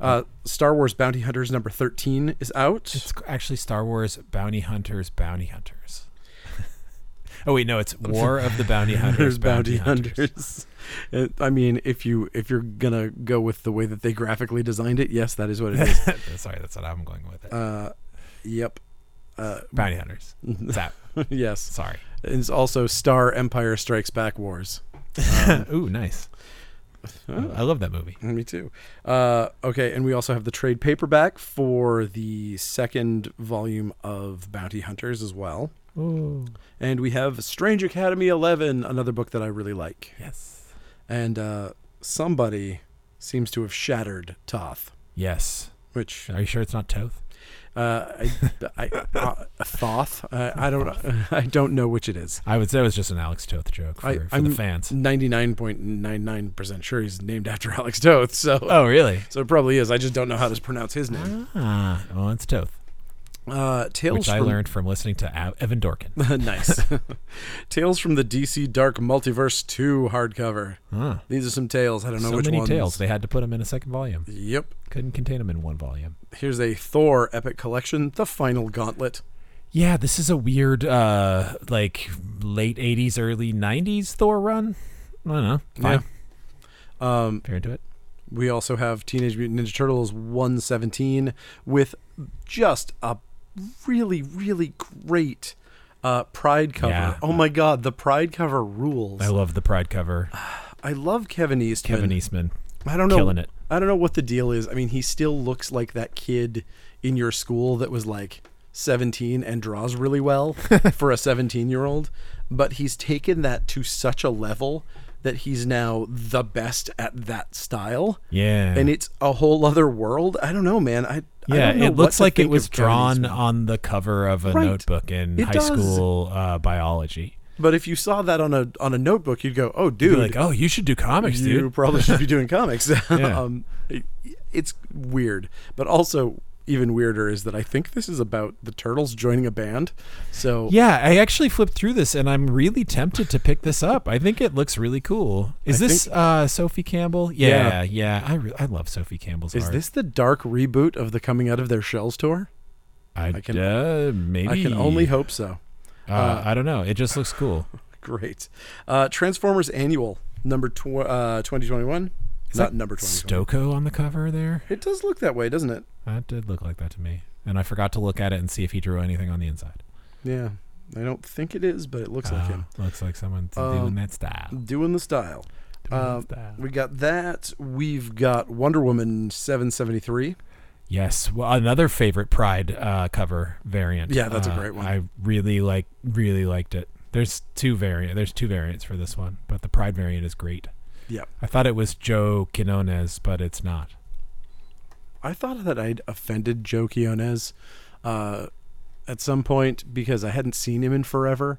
Speaker 1: uh, star wars bounty hunters number 13 is out
Speaker 2: It's c- actually Star Wars Bounty Hunters, Bounty Hunters. oh wait, no, it's War of the Bounty Hunters,
Speaker 1: Hunters, bounty hunters. Uh, I mean, if you if you're gonna go with the way that they graphically designed it, yes, that is what it is.
Speaker 2: Sorry, that's what I'm going with. It.
Speaker 1: uh, yep.
Speaker 2: Bounty Hunters. It's out.
Speaker 1: yes.
Speaker 2: Sorry.
Speaker 1: It's also Star Empire Strikes Back Wars.
Speaker 2: Ooh, nice.
Speaker 1: Oh.
Speaker 2: I love that movie.
Speaker 1: Ah, Me too. Uh, okay, and we also have the trade paperback for the second volume of Bounty Hunters as well.
Speaker 2: Ooh.
Speaker 1: And we have Strange Academy 11, another book that I really like.
Speaker 2: Yes.
Speaker 1: And uh, somebody seems to have shattered Toth,
Speaker 2: Yes.
Speaker 1: which
Speaker 2: Are you sure it's not Toth?
Speaker 1: Uh, I, I, uh, Thoth. Uh, I don't. I don't know which it is.
Speaker 2: I would say it was just an Alex Toth joke for,
Speaker 1: I-
Speaker 2: for
Speaker 1: I'm-
Speaker 2: the fans.
Speaker 1: Ninety nine point nine nine percent sure he's named after Alex Toth. So,
Speaker 2: Oh, really?
Speaker 1: so it probably is. I just don't know how to pronounce his name.
Speaker 2: Ah, well, it's Toth,
Speaker 1: Uh, Tales
Speaker 2: which I
Speaker 1: from
Speaker 2: learned from listening to Av- Evan Dorkin.
Speaker 1: nice. Tales from the DC Dark Multiverse two hardcover.
Speaker 2: Ah,
Speaker 1: These are some tales. I don't know
Speaker 2: so
Speaker 1: which
Speaker 2: many
Speaker 1: ones.
Speaker 2: tales. They had to put them in a second volume.
Speaker 1: Yep.
Speaker 2: Couldn't contain them in one volume.
Speaker 1: Here's a Thor epic collection, The Final Gauntlet.
Speaker 2: Yeah, this is a weird, uh, like late '80s, early '90s Thor run. I don't know. Fine.
Speaker 1: Yeah. Um,
Speaker 2: Fair into it.
Speaker 1: we also have Teenage Mutant Ninja Turtles 117 with just a really, really great uh, Pride cover.
Speaker 2: Yeah.
Speaker 1: Oh my God, the Pride cover rules.
Speaker 2: I love the Pride cover.
Speaker 1: I love Kevin Eastman.
Speaker 2: Kevin Eastman.
Speaker 1: I don't know.
Speaker 2: killing it.
Speaker 1: I don't know what the deal is. I mean, he still looks like that kid in your school that was like 17 and draws really well for a 17 year old, but he's taken that to such a level that he's now the best at that style.
Speaker 2: Yeah.
Speaker 1: And it's a whole other world. I don't know, man. I I
Speaker 2: yeah,
Speaker 1: don't know
Speaker 2: it
Speaker 1: what
Speaker 2: looks
Speaker 1: to
Speaker 2: like it
Speaker 1: think
Speaker 2: was
Speaker 1: of Kevin
Speaker 2: drawn
Speaker 1: Eastman.
Speaker 2: on the cover of a
Speaker 1: Right.
Speaker 2: notebook in
Speaker 1: It
Speaker 2: high
Speaker 1: does.
Speaker 2: school uh, biology.
Speaker 1: But if you saw that on a on a notebook, you'd go, "Oh,
Speaker 2: Be
Speaker 1: dude,
Speaker 2: like, oh, you should do comics,
Speaker 1: you
Speaker 2: dude.
Speaker 1: probably should be doing comics.
Speaker 2: Yeah.
Speaker 1: um, it- it's weird, but also even weirder is that I think this is about the turtles joining a band. So
Speaker 2: Yeah, I actually flipped through this, and I'm really tempted to pick this up. I think it looks really cool. Is
Speaker 1: I
Speaker 2: this uh, Sophie Campbell? Yeah, yeah.
Speaker 1: Yeah.
Speaker 2: I, re- I love Sophie Campbell's
Speaker 1: is
Speaker 2: art.
Speaker 1: this the dark reboot of the coming out of their shells tour?
Speaker 2: I,
Speaker 1: I can-
Speaker 2: uh, maybe
Speaker 1: I can only hope so.
Speaker 2: Uh, I don't know. It just looks cool.
Speaker 1: Great. Uh, Transformers Annual number tw- uh, 2021. Not number 2021.
Speaker 2: Stoko on the cover there.
Speaker 1: It does look that way, doesn't it?
Speaker 2: That did look like that to me. And I forgot to look at it and see if he drew anything on the inside.
Speaker 1: Yeah. I don't think it is, but it looks like
Speaker 2: Uh,
Speaker 1: him.
Speaker 2: Looks like someone's doing
Speaker 1: Um,
Speaker 2: that style.
Speaker 1: Doing the style.
Speaker 2: Doing
Speaker 1: uh,
Speaker 2: that style.
Speaker 1: We got that. We've got Wonder Woman 773.
Speaker 2: Yes, well, another favorite Pride uh, cover variant.
Speaker 1: Yeah, that's a
Speaker 2: Uh,
Speaker 1: great one.
Speaker 2: I really like, really liked it. There's two variant. There's two variants for this one, but the Pride variant is great.
Speaker 1: Yep.
Speaker 2: I thought it was Joe Quinones, but it's not.
Speaker 1: I thought that I'd offended Joe Quiones uh, at some point because I hadn't seen him in forever.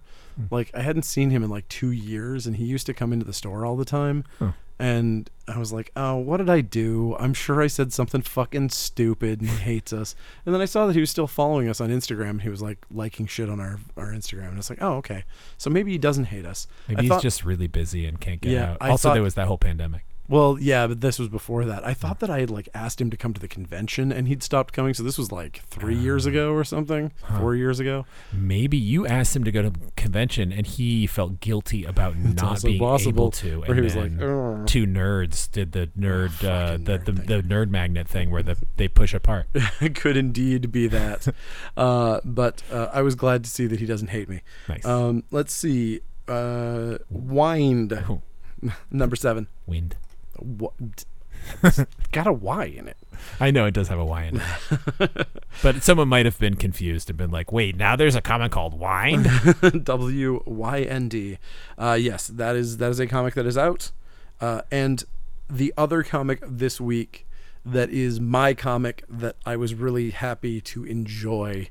Speaker 1: Like I hadn't seen him in like two years, and he used to come into the store all the time.
Speaker 2: Huh.
Speaker 1: And I was like, "Oh, what did I do? I'm sure I said something fucking stupid, and he hates us." And then I saw that he was still following us on Instagram. and He was like liking shit on our our Instagram, and it's like, "Oh, okay, so maybe he doesn't hate us."
Speaker 2: Maybe
Speaker 1: I
Speaker 2: he's
Speaker 1: thought-
Speaker 2: just really busy and can't get
Speaker 1: Yeah,
Speaker 2: out.
Speaker 1: I
Speaker 2: also,
Speaker 1: thought-
Speaker 2: there was that whole pandemic.
Speaker 1: Well, yeah, but this was before that. I thought that I had like asked him to come to the convention and he'd stopped coming. So this was like three years ago or something, four years ago.
Speaker 2: Maybe you asked him to go to convention and he felt guilty about not
Speaker 1: also
Speaker 2: being able
Speaker 1: possible,
Speaker 2: to.
Speaker 1: Where
Speaker 2: And
Speaker 1: he was like,
Speaker 2: then
Speaker 1: "Ugh."
Speaker 2: two nerds did the nerd, uh,
Speaker 1: Fucking
Speaker 2: the,
Speaker 1: nerd
Speaker 2: the,
Speaker 1: thing.
Speaker 2: the nerd magnet thing where the, they push apart.
Speaker 1: it could indeed be that. uh, but uh, I was glad to see that he doesn't hate me.
Speaker 2: Nice.
Speaker 1: Um, let's see. Uh, wind,
Speaker 2: Oh,
Speaker 1: number seven.
Speaker 2: wind.
Speaker 1: What? Got a Y in it.
Speaker 2: I know it does have a Y in it. but someone might have been confused and been like, wait, now there's a comic called Wine?
Speaker 1: W Y N D. Uh, yes, that is that is a comic that is out. Uh, and the other comic this week that is my comic that I was really happy to enjoy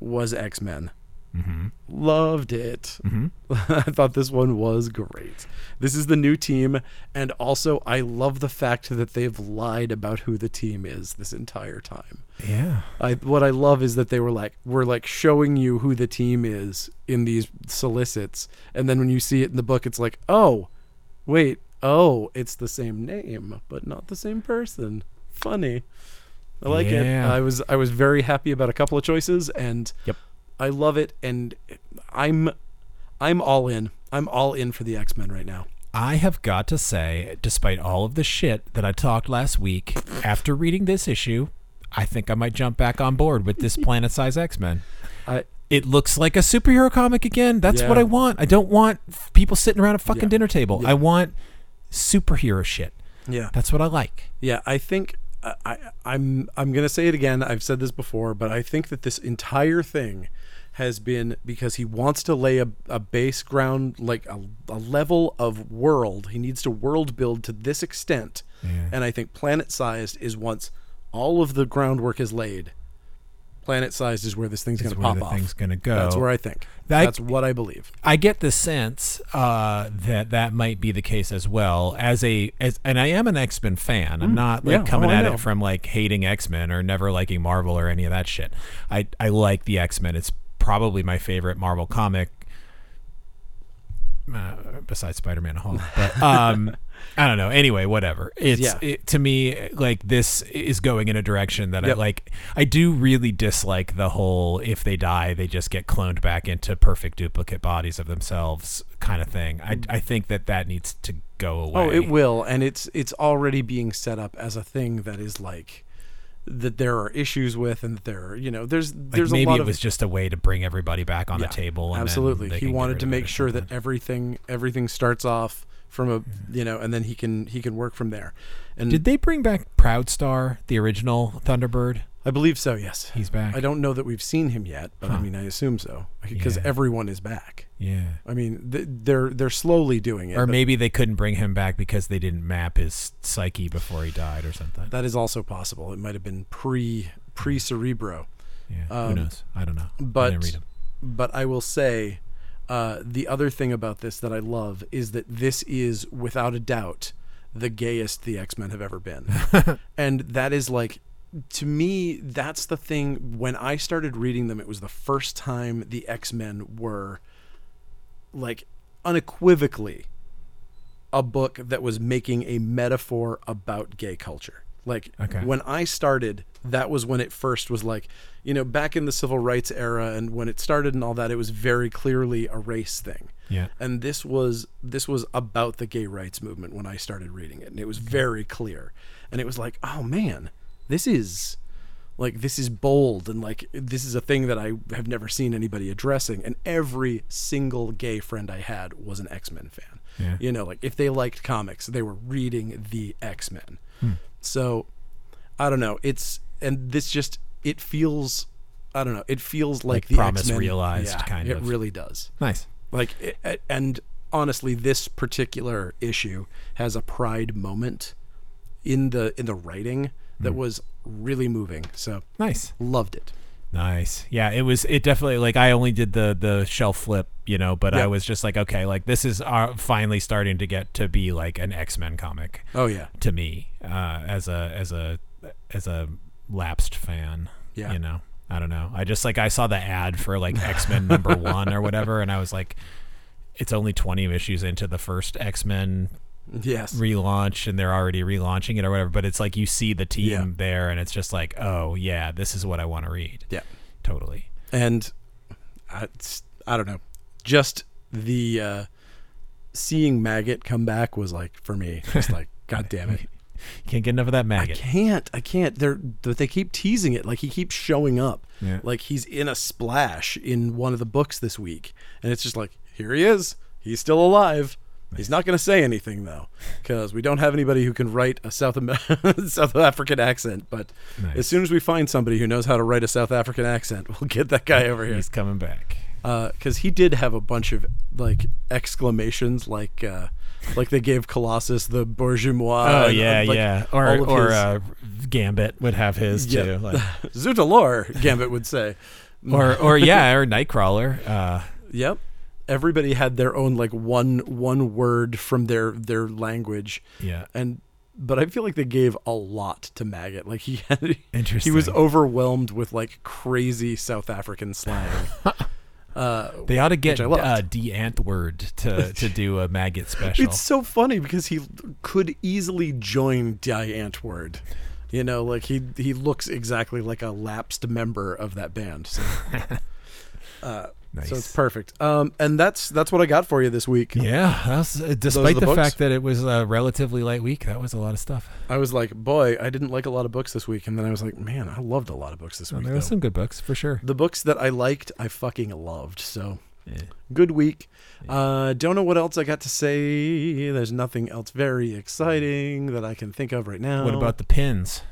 Speaker 1: was X Men.
Speaker 2: Mm-hmm.
Speaker 1: Loved it. I thought this one was great. This is the new team, and also I love the fact that they've lied about who the team is this entire time.
Speaker 2: yeah.
Speaker 1: I what I love is that they were like we're like showing you who the team is in these solicits, and then when you see it in the book, it's like, oh, wait, oh, it's the same name but not the same person. Funny. I like
Speaker 2: Yeah.
Speaker 1: it. I was I was very happy about a couple of choices, and
Speaker 2: Yep.
Speaker 1: I love it. And I'm I'm all in. I'm all in for the X Men right now.
Speaker 2: I have got to say, despite all of the shit that I talked last week, after reading this issue, I think I might jump back on board with this Planet Size X Men.
Speaker 1: I
Speaker 2: It looks like a superhero comic again. That's what
Speaker 1: Yeah.
Speaker 2: I want. I don't want f- people sitting around a fucking
Speaker 1: Yeah.
Speaker 2: dinner table. I want superhero shit.
Speaker 1: yeah.
Speaker 2: That's what I like.
Speaker 1: Yeah, I think I, I, I'm I'm gonna say it again. I've said this before, but I think that this entire thing has been because he wants to lay a, a base ground, like a, a level of world. He needs to world build to this extent, and I think planet sized is once all of the groundwork is laid. Planet sized is where this thing's
Speaker 2: That's
Speaker 1: gonna
Speaker 2: where
Speaker 1: pop
Speaker 2: the
Speaker 1: off.
Speaker 2: thing's going to go.
Speaker 1: That's where I think.
Speaker 2: That-
Speaker 1: That's what I believe.
Speaker 2: I get the sense uh, that that might be the case as well. As a as, and I am an X Men fan. I'm not like
Speaker 1: yeah,
Speaker 2: coming
Speaker 1: oh, I
Speaker 2: at
Speaker 1: know.
Speaker 2: it from like hating X Men or never liking Marvel or any of that shit. I I like the X Men. It's probably my favorite Marvel comic, uh, besides Spider Man and Hulk. But um, I don't know. Anyway, whatever. It's
Speaker 1: Yeah.
Speaker 2: it, to me like this is going in a direction that I
Speaker 1: Yep.
Speaker 2: like. I do really dislike the whole if they die, they just get cloned back into perfect duplicate bodies of themselves kind of thing. I, I think that that needs to go away.
Speaker 1: Mm. Oh, it will, and it's it's already being set up as a thing that is like that there are issues with, and that there are you know there's
Speaker 2: Like
Speaker 1: there's
Speaker 2: maybe
Speaker 1: a lot
Speaker 2: it
Speaker 1: of
Speaker 2: was just a way to bring everybody back on
Speaker 1: Yeah,
Speaker 2: the table. And then
Speaker 1: absolutely.
Speaker 2: they
Speaker 1: He
Speaker 2: can get
Speaker 1: wanted
Speaker 2: rid
Speaker 1: to
Speaker 2: of it
Speaker 1: make
Speaker 2: or
Speaker 1: sure
Speaker 2: something.
Speaker 1: that everything everything starts off from a you know, and then he can he can work from there. And
Speaker 2: Did they bring back Proud Star, the original Thunderbird?
Speaker 1: I believe so. Yes,
Speaker 2: He's back.
Speaker 1: I don't know that we've seen him yet, but I
Speaker 2: Huh.
Speaker 1: mean, I assume so because
Speaker 2: Yeah.
Speaker 1: everyone is back.
Speaker 2: yeah.
Speaker 1: I mean, th- they're they're slowly doing it.
Speaker 2: or
Speaker 1: but
Speaker 2: maybe they couldn't bring him back because they didn't map his psyche before he died or something.
Speaker 1: that is also possible. It might have been pre pre Cerebro.
Speaker 2: Yeah,
Speaker 1: Um,
Speaker 2: who knows? I don't know. I
Speaker 1: but
Speaker 2: didn't read 'em.
Speaker 1: but I will say uh, the other thing about this that I love is that this is without a doubt the gayest the X Men have ever been, and that is like to me that's the thing when I started reading them it was the first time the X Men were like unequivocally a book that was making a metaphor about gay culture. Like
Speaker 2: Okay.
Speaker 1: when I started, that was when it first was like, you know, back in the civil rights era and when it started and all that, it was very clearly a race thing.
Speaker 2: Yeah.
Speaker 1: And this was this was about the gay rights movement when I started reading it, and it was very clear. And it was like, oh man, this is like this is bold and like this is a thing that I have never seen anybody addressing. And every single gay friend I had was an X Men fan.
Speaker 2: Yeah.
Speaker 1: You know, like if they liked comics, they were reading the X Men.
Speaker 2: Hmm.
Speaker 1: So I don't know. It's and this just it feels I don't know. It feels like,
Speaker 2: Like
Speaker 1: the
Speaker 2: promise
Speaker 1: X-Men.
Speaker 2: realized,
Speaker 1: Yeah,
Speaker 2: kind
Speaker 1: it
Speaker 2: of.
Speaker 1: really does.
Speaker 2: Nice.
Speaker 1: Like it, a- and honestly, this particular issue has a pride moment in the in the writing that was really moving. So
Speaker 2: Nice.
Speaker 1: loved it.
Speaker 2: Nice. Yeah, it was it definitely like I only did the the shelf flip, you know, but I
Speaker 1: Yeah.
Speaker 2: was just like okay, like this is uh, finally starting to get to be like an X-Men comic
Speaker 1: Oh yeah.
Speaker 2: to me uh as a as a as a lapsed fan,
Speaker 1: Yeah.
Speaker 2: you know. I don't know. I just like I saw the ad for like X-Men number 1 or whatever and I was like it's only 20 issues into the first X-Men
Speaker 1: Yes.
Speaker 2: relaunch and they're already relaunching it or whatever but it's like you see the team
Speaker 1: Yeah.
Speaker 2: there and it's just like oh yeah this is what i want to read
Speaker 1: yeah.
Speaker 2: totally
Speaker 1: and I, it's- I don't know, just the uh, seeing maggot come back was like for me, just like God damn it,
Speaker 2: can't get enough of that
Speaker 1: I
Speaker 2: maggot
Speaker 1: can't, I can't. They're but they keep teasing it, like he keeps showing up,
Speaker 2: Yeah.
Speaker 1: like he's in a splash in one of the books this week, and it's just like here he is, he's still alive. He's not going to say anything though, because we don't have anybody who can write a South Amer- South African accent. But
Speaker 2: Nice.
Speaker 1: as soon as we find somebody who knows how to write a South African accent, we'll get that guy over here
Speaker 2: he's coming back
Speaker 1: because he did have a bunch of like exclamations, like uh, like they gave Colossus the bourgeois.
Speaker 2: oh
Speaker 1: and, uh,
Speaker 2: yeah
Speaker 1: like,
Speaker 2: yeah
Speaker 1: all
Speaker 2: or
Speaker 1: of
Speaker 2: or
Speaker 1: his-
Speaker 2: uh, gambit would have his
Speaker 1: Yeah.
Speaker 2: too like,
Speaker 1: Zootalore, Gambit would say.
Speaker 2: or or yeah or nightcrawler uh
Speaker 1: Yep, everybody had their own like one one word from their their language,
Speaker 2: yeah
Speaker 1: and but I feel like they gave a lot to Maggot. Like he had, he
Speaker 2: Interesting.
Speaker 1: was overwhelmed with like crazy South African slang.
Speaker 2: they ought to get
Speaker 1: I loved.
Speaker 2: uh, D Antword to to do a maggot special.
Speaker 1: It's so funny because he could easily join Diant Word. You know, like he he looks exactly like a lapsed member of that band. So, Uh,
Speaker 2: nice.
Speaker 1: so it's perfect. Um, and that's that's what I got for you this week.
Speaker 2: yeah, that was, uh, despite
Speaker 1: the
Speaker 2: the
Speaker 1: books?
Speaker 2: fact that it was a relatively light week, that was a lot of stuff.
Speaker 1: I was like, boy, I didn't like a lot of books this week, and then I was like, man, I loved a lot of books this week.
Speaker 2: There was
Speaker 1: though.
Speaker 2: some good books for sure.
Speaker 1: the books that I liked, I fucking loved. So
Speaker 2: Yeah.
Speaker 1: good week. Uh, don't know what else I got to say. There's nothing else very exciting that I can think of right now.
Speaker 2: What about the pins?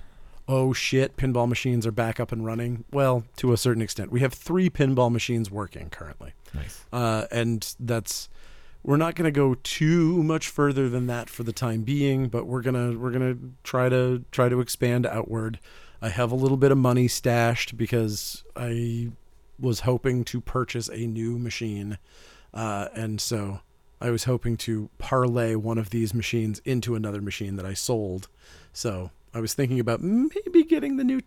Speaker 1: oh shit, pinball machines are back up and running. Well, to a certain extent, we have three pinball machines working currently,
Speaker 2: Nice.
Speaker 1: uh, and that's we're not going to go too much further than that for the time being. But we're gonna we're gonna try to try to expand outward. I have a little bit of money stashed because I was hoping to purchase a new machine, uh, and so. I was hoping to parlay one of these machines into another machine that I sold. So I was thinking about maybe getting the new